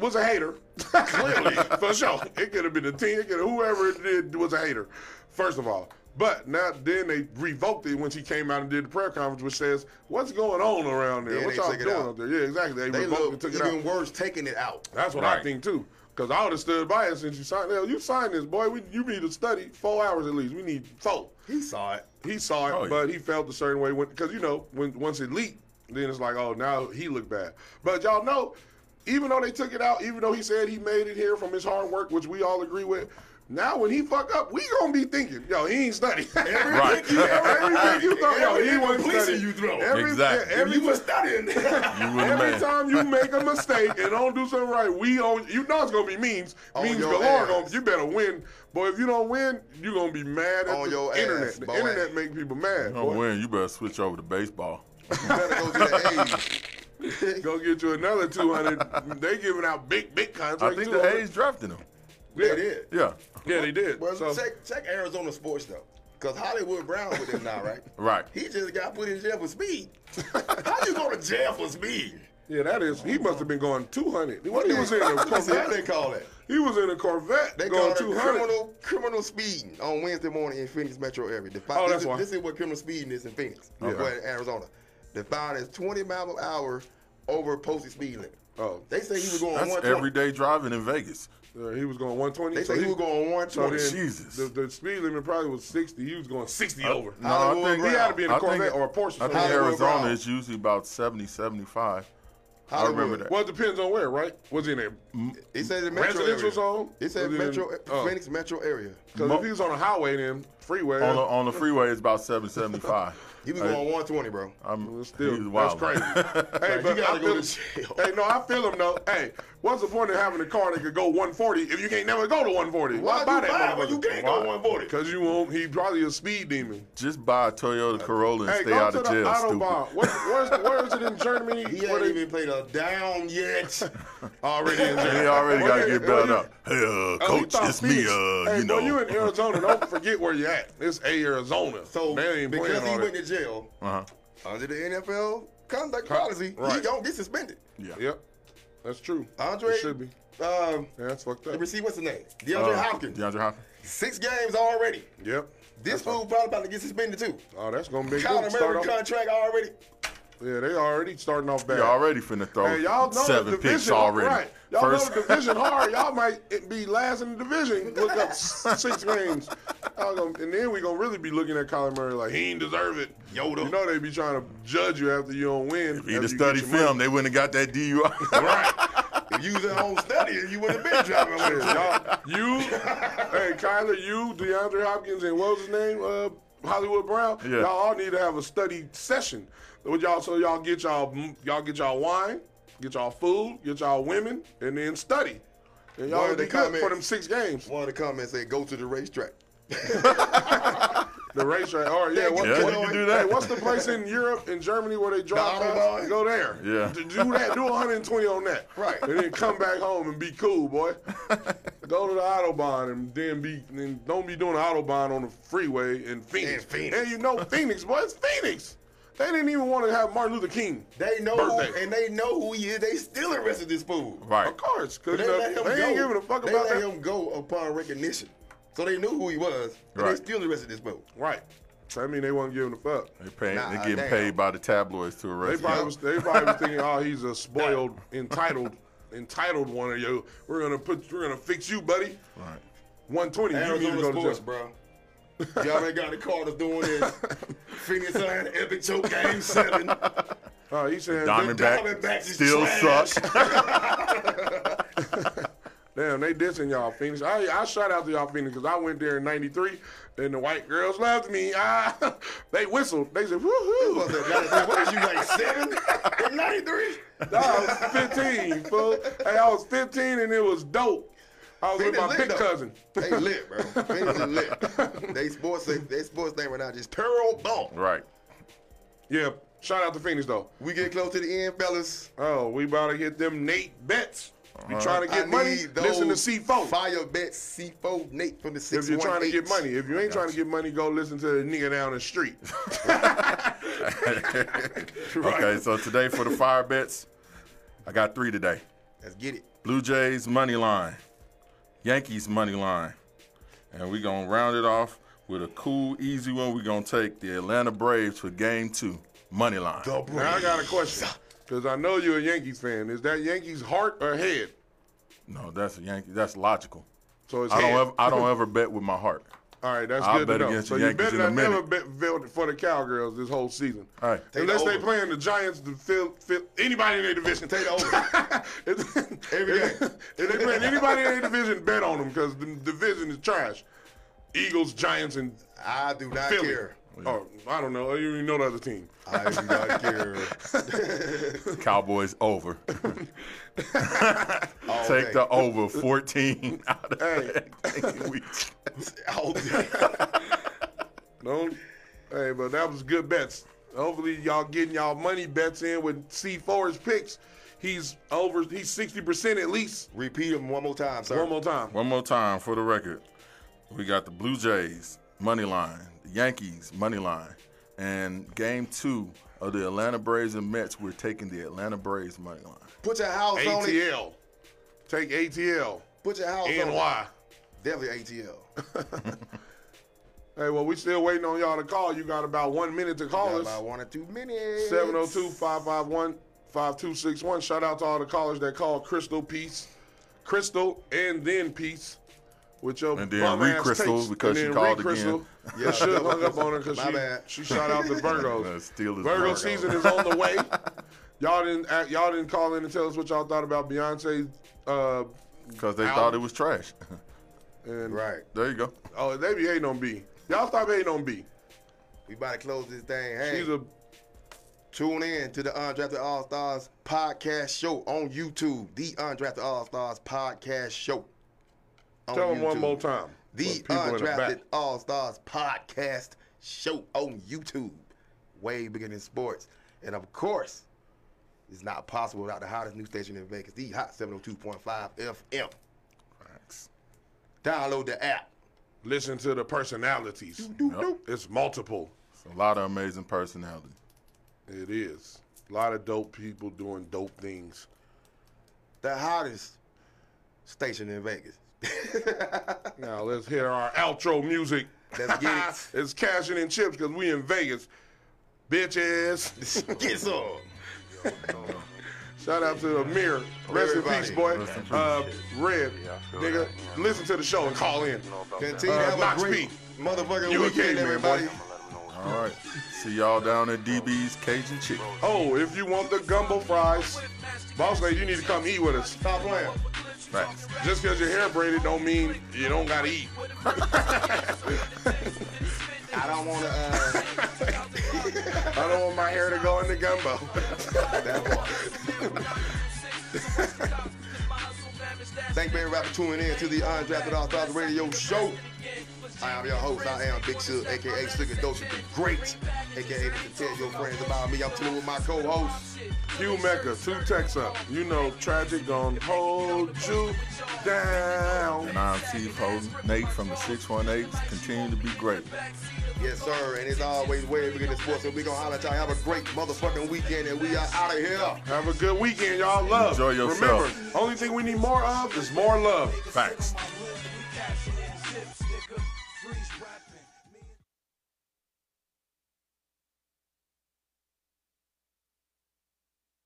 B: was a hater. Clearly, for sure. It could have been the team. It could have whoever it did was a hater. First of all. But now, then they revoked it when she came out and did the prayer conference, which says, "What's going on around there?
A: Yeah,
B: what
A: they
B: y'all
A: took it
B: doing
A: out.
B: up there?" Yeah, exactly. They,
A: They
B: revoked
A: look
B: it, took it out.
A: even worse taking it out.
B: That's what I
E: Right.
B: think too. Cause I would have stood by it since you signed. Hell, you signed this, boy. We, you need to study four hours at least. We need four.
A: He saw it.
B: He saw it,
E: Oh, yeah.
B: but he felt a certain way when, cause you know, when once it leaked, then it's like, oh, now he looked bad. But y'all know, even though they took it out, even though he said he made it here from his hard work, which we all agree with. Now when he fuck up, we gonna be thinking, yo, he ain't study. Everything
E: Right.
B: you, everything you throw, yo, he
A: Everything
B: wasn't
A: policing
B: study.
A: you throw.
B: Every,
E: Exactly.
B: Every,
A: you were studying.
E: You were the
B: Every
E: man.
B: time you make a mistake and don't do something right, we on you know it's gonna be memes.
A: On
B: memes
A: your
B: galore.
A: ass.
B: Gonna, you better win. Boy, if you don't win, you gonna be mad at
A: On
B: the
A: your ass,
B: internet. the
A: boy.
B: internet make people mad.
E: You don't
B: boy.
E: win. You better switch over to baseball.
A: You better go to the A's.
B: Go get you another two hundred. they giving out big, big contracts.
E: I think the
B: 200.
E: A's drafted him.
A: They did.
E: Yeah.
B: Yeah, they did.
A: Well,
B: So-
A: check check Arizona sports though, because Hollywood Brown with him now, right?
E: Right.
A: He just got put in jail for speed. How you go to jail for speed?
B: yeah, that is. He must have been going two hundred. What he was in a
A: That's how they
B: Corvette.
A: call it.
B: He was in a Corvette.
A: They call
B: going
A: it
B: two hundred.
A: criminal criminal speeding on Wednesday morning in Phoenix metro area. Defi-
B: Oh,
A: this,
B: that's
A: is,
B: why.
A: this is what criminal speeding is in Phoenix, uh,
E: Okay.
A: well, in Arizona. Defined as 20 miles per hour over posted speed limit.
B: Oh.
A: They say he was going
E: That's
A: 120.
E: everyday driving in Vegas.
B: Uh, he was going one twenty.
A: They say he was going
B: So
A: 120.
B: then
E: Jesus.
B: The, the speed limit probably was sixty. He was going sixty over.
E: No,
A: Hollywood
E: I think
A: Brown. He had to
B: be in a
E: I think-
B: Corvette or a Porsche.
E: I think
A: Hollywood
E: Arizona
A: Brown.
E: is usually about 70, 75.
A: Hollywood.
E: I remember that.
B: Well, it depends on where, right? Was he in a
A: It said the metro
B: Residential
A: area.
B: zone?
A: It uh, said
B: Was it in-
A: metro,
B: oh. Mm-hmm.
A: Phoenix metro area.
B: Because if he was on a highway, then freeway.
E: On the, on the freeway, it's about 775.
A: He was
E: Hey,
A: going 120, bro.
E: I'm
B: still,
E: um, he's
B: that's
E: wild.
B: crazy. hey, but
A: you gotta
B: I
A: go
B: feel,
A: to jail.
B: Hey, no, I feel him though. Hey, what's the point of having a car that could go 140 if you can't never go to 140?
A: Why you buy it when you can't go 140?
B: Because you won't. He probably a speed demon.
E: Just buy a Toyota Corolla and
B: Hey,
E: stay
B: go
E: out
B: to
E: of
B: the
E: jail,
B: autobahn.
E: stupid.
B: What, where's, where is it in Germany?
A: He
B: Where
A: ain't
B: they-
A: even played a down yet.
B: already in Germany.
E: He already got to
B: Where
E: get
B: they-
E: bailed
B: where
E: up. Hey, uh,
B: they-
E: coach,
B: Oh, thought
E: it's me.
B: Phoenix-
E: Uh,
B: hey,
E: you know,
B: boy, you in Arizona. Don't forget where you at. It's a Arizona.
A: So
B: they ain't
A: because
B: playing
A: he
B: all
A: went
B: that.
A: to jail
E: uh-huh.
A: under the NFL conduct
B: Con-
A: policy, he
B: right.
A: don't get suspended.
E: yeah.
B: Yep, that's true.
A: Andre
B: It should be.
A: Um,
B: Yeah, that's fucked
A: the
B: up.
A: receiver, what's the name? DeAndre
E: Uh,
A: Hopkins.
E: DeAndre Hopkins.
A: Six games already.
B: Yep.
A: This fool probably about to get suspended too.
B: Oh, that's gonna be
A: Kyle
B: good. Start
A: Murray
B: off-
A: contract already.
B: Yeah, they already starting off bad.
E: You already finna throw
B: Hey, y'all know
E: seven
B: the division,
E: picks already.
B: Right. Y'all
E: First,
B: know the division hard. Y'all might it be last in the division. Look up s- six games. Y'all gonna- and then we gonna really be looking at Colin Murray like he ain't deserve it.
A: Yoda.
B: You know they be trying to judge you after you don't win.
E: if
B: after
E: he'd have
B: you get
E: studied
B: your
E: film,
B: money.
E: they wouldn't have got that DUI.
A: Right. if you was at home studying, you wouldn't have been driving
B: Yeah,
A: with him.
B: y'all, you, hey Kyler, you, DeAndre Hopkins, and what was his name? Uh, Hollywood Brown.
E: Yeah.
B: Y'all all need to have a study session. With y'all, so y'all get y'all y'all get y'all wine, get y'all food, get y'all women, and then study. And y'all
A: One
B: will
A: of the
B: be good for
A: comments-
B: them six games.
A: One of the comments said, go to the racetrack.
B: The race right. All right, yeah.
A: Thank
B: What,
A: you,
E: Yeah,
B: what-
E: you can
A: Lloyd.
E: do
B: hey,
E: that.
B: what's the place in Europe and Germany where they drive?
A: Autobahn?
B: fast? Go there.
E: Yeah.
B: D- Do that. Do 120 on that.
A: Right.
B: And then come back home and be cool, boy. Go to the autobahn and then be. And don't be doing the autobahn on the freeway in Phoenix.
A: In Phoenix.
B: And you know Phoenix, boy. It's Phoenix. They didn't even want to have Martin Luther King.
A: They know who,
B: Birthday.
A: and they know who he is. They still arrested this fool.
E: right.
B: Of course,
A: But
B: because
A: They, let him
B: they ain't
A: go.
B: giving a fuck
A: they
B: about
A: let
B: that.
A: him go upon recognition. So they knew who he was, and
E: Right.
A: they still arrested this fool.
B: Right. So I mean, they weren't giving a fuck.
E: They paying,
A: Nah,
E: they getting
A: damn.
E: paid by the tabloids to
B: They
E: arrest
B: probably
E: him.
B: was they probably was thinking, oh, he's a spoiled, entitled, entitled one of you. We're gonna put, we're gonna fix you, buddy.
E: Right.
B: One twenty, you need to
A: Arizona
B: go to
A: sports,
B: jail.
A: bro. Y'all already got the Carters doing this. Phoenix Lion Epic Choke Game 7. The
B: Oh, he said
E: Diamondback
A: Diamondbacks is
E: still
A: trash.
E: suck.
B: Damn, they dissing y'all, Phoenix. I, I shout out to y'all, Phoenix, because I went there in 93 and the white girls loved me. Ah, they whistled. They said, woohoo.
A: What is you, like seven? 93?
B: Nah, I was 15, fool. Hey, I was 15 and it was dope. I was
A: Phoenix
B: with my
A: lit,
B: big
A: though.
B: cousin.
A: They lit, bro. Phoenix is lit. They sports, they, they sports thing right now just pearl ball.
E: Right.
B: Yeah, shout out to Phoenix, though.
A: We get close to the end, fellas.
B: Oh, we about to get them Nate bets. You
E: Uh-huh.
B: trying to
A: I
B: get money?
A: need
B: Listen to
A: those
B: C4.
A: Fire bet C4 Nate from the 618.
B: If you're trying to get money, if you ain't trying to get money, go listen to the nigga down the street.
E: Okay, so today for the fire bets, I got three today.
A: Let's get it.
E: Blue Jays money line, Yankees money line, and we're gonna round it off with a cool, easy one. We're gonna take the Atlanta Braves for Game Two money line.
B: Now I got a question, because I know you're a Yankees fan. Is that Yankees heart or head?
E: No, that's a Yankee. That's logical.
B: So it's
E: I
B: head.
E: don't ever, I don't ever bet with my heart.
B: All right, that's
E: I'll
B: good
E: bet
B: to know.
E: against
B: so
E: the
B: you
E: Yankees
B: better
E: in a
B: not never bet bet for the Cowgirls this whole season.
E: All right.
A: Take
B: Unless
A: the
B: they
A: over.
B: playing the Giants to fill, fill anybody in their division.
A: Take the over.
B: if,
A: Every
B: if-
A: game.
B: if they playing anybody in their division, bet on them because the division is trash. Eagles, Giants, and
A: I do not
B: Philly.
A: care.
B: Oh, I don't know. I don't even know the other team.
A: I do not care.
E: Cowboys over.
A: All
E: Take
A: day.
E: the over 14 out of
B: Hey.
E: that week.
A: All day.
B: Don't. Hey, but that was good bets. Hopefully y'all getting y'all money bets in with C Forrest picks. He's over. He's sixty percent at least.
A: Repeat them one more time, sir.
B: One more time.
E: One more time for the record. We got the Blue Jays money line, the Yankees money line, and game two of the Atlanta Braves and Mets. We're taking the Atlanta Braves money line.
A: Put your house on it.
B: ATL. Take ATL.
A: Put your house on
B: NY.
A: it. Definitely ATL.
B: Hey, well, we still waiting on y'all to call. You got about one minute to call
A: Got
B: us.
A: about one or two minutes.
B: 702-551-5261. Shout out to all the callers that called Crystal Peace. Crystal and then Peace. With your
E: And then
B: bum ass
E: re-Crystal
B: takes.
E: because she
B: and then
E: called
B: re-Crystal.
E: again.
B: Yeah, I should have hung up on her because
A: My
B: she,
A: bad.
B: she shout out the
E: Uh,
B: Virgos.
E: Steelers
B: Virgo
E: Virgo.
B: season is on the way. y'all didn't act- y'all didn't call in and tell us what y'all thought about Beyonce's uh,
E: because they
B: Out.
E: thought it was trash.
B: and
A: Right.
E: there you go.
B: oh they be hating on B. Y'all stop hating on B.
A: We about to close this thing. Hey,
B: She's a
A: tune in to the Undrafted All Stars podcast show on YouTube. The Undrafted All Stars podcast show. on
B: Tell them one
A: YouTube.
B: more time.
A: The
B: For people in the back.
A: Undrafted All Stars podcast show on YouTube. Way bigger than sports. And of course, it's not possible without the hottest new station in Vegas, the Hot 702.5 FM. Download the app.
B: Listen to the personalities.
E: Yep.
B: It's multiple.
E: It's a lot of amazing personality.
B: It is. A lot of dope people doing dope things.
A: The hottest station in Vegas.
B: Now let's hear our outro music.
A: Let's get
B: It's cashing in chips because we in Vegas. Bitches.
A: it. get some.
B: Shout out to Amir. Rest in
A: Everybody.
B: peace, boy.
E: Rest in peace.
B: Uh, Red, nigga, listen to the show and call in.
A: Continue
B: Uh,
A: to have
B: Knox
A: a great
B: P.
A: motherfucking
B: You a king,
A: weekend,
B: man, boy.
A: everybody.
E: All right. See y'all down at DB's Cajun Chicken.
B: Oh, if you want the gumbo fries, Boss Lady, you need to come eat with us.
A: Stop playing.
E: Facts.
B: Just because your hair braided don't mean you don't gotta eat.
A: I don't want to. Uh,
B: I don't want my hair to go in the gumbo.
A: Thank you everybody for tuning in to the Undrafted All Stars Radio Show. I am your host. I am Big Suge, aka Sugar Dosa the Great, aka Mr. Tell Your Friends About Me. I'm tuning with my co-host.
B: Hugh Mecca, two techs up. You know, tragic gon' hold you down.
E: And I'm Steve Hosen, Nate from the 618. Continue to be great.
A: Yes, sir. And it's always way bigger than sports. So we gonna holler at y'all. Have a great motherfucking weekend, and we are out of here.
B: Have a good weekend, y'all. Love.
E: Enjoy yourself.
B: Remember, only thing we need more of is more love.
E: Facts.
D: Cashing in chips, nigga. Freeze rapping.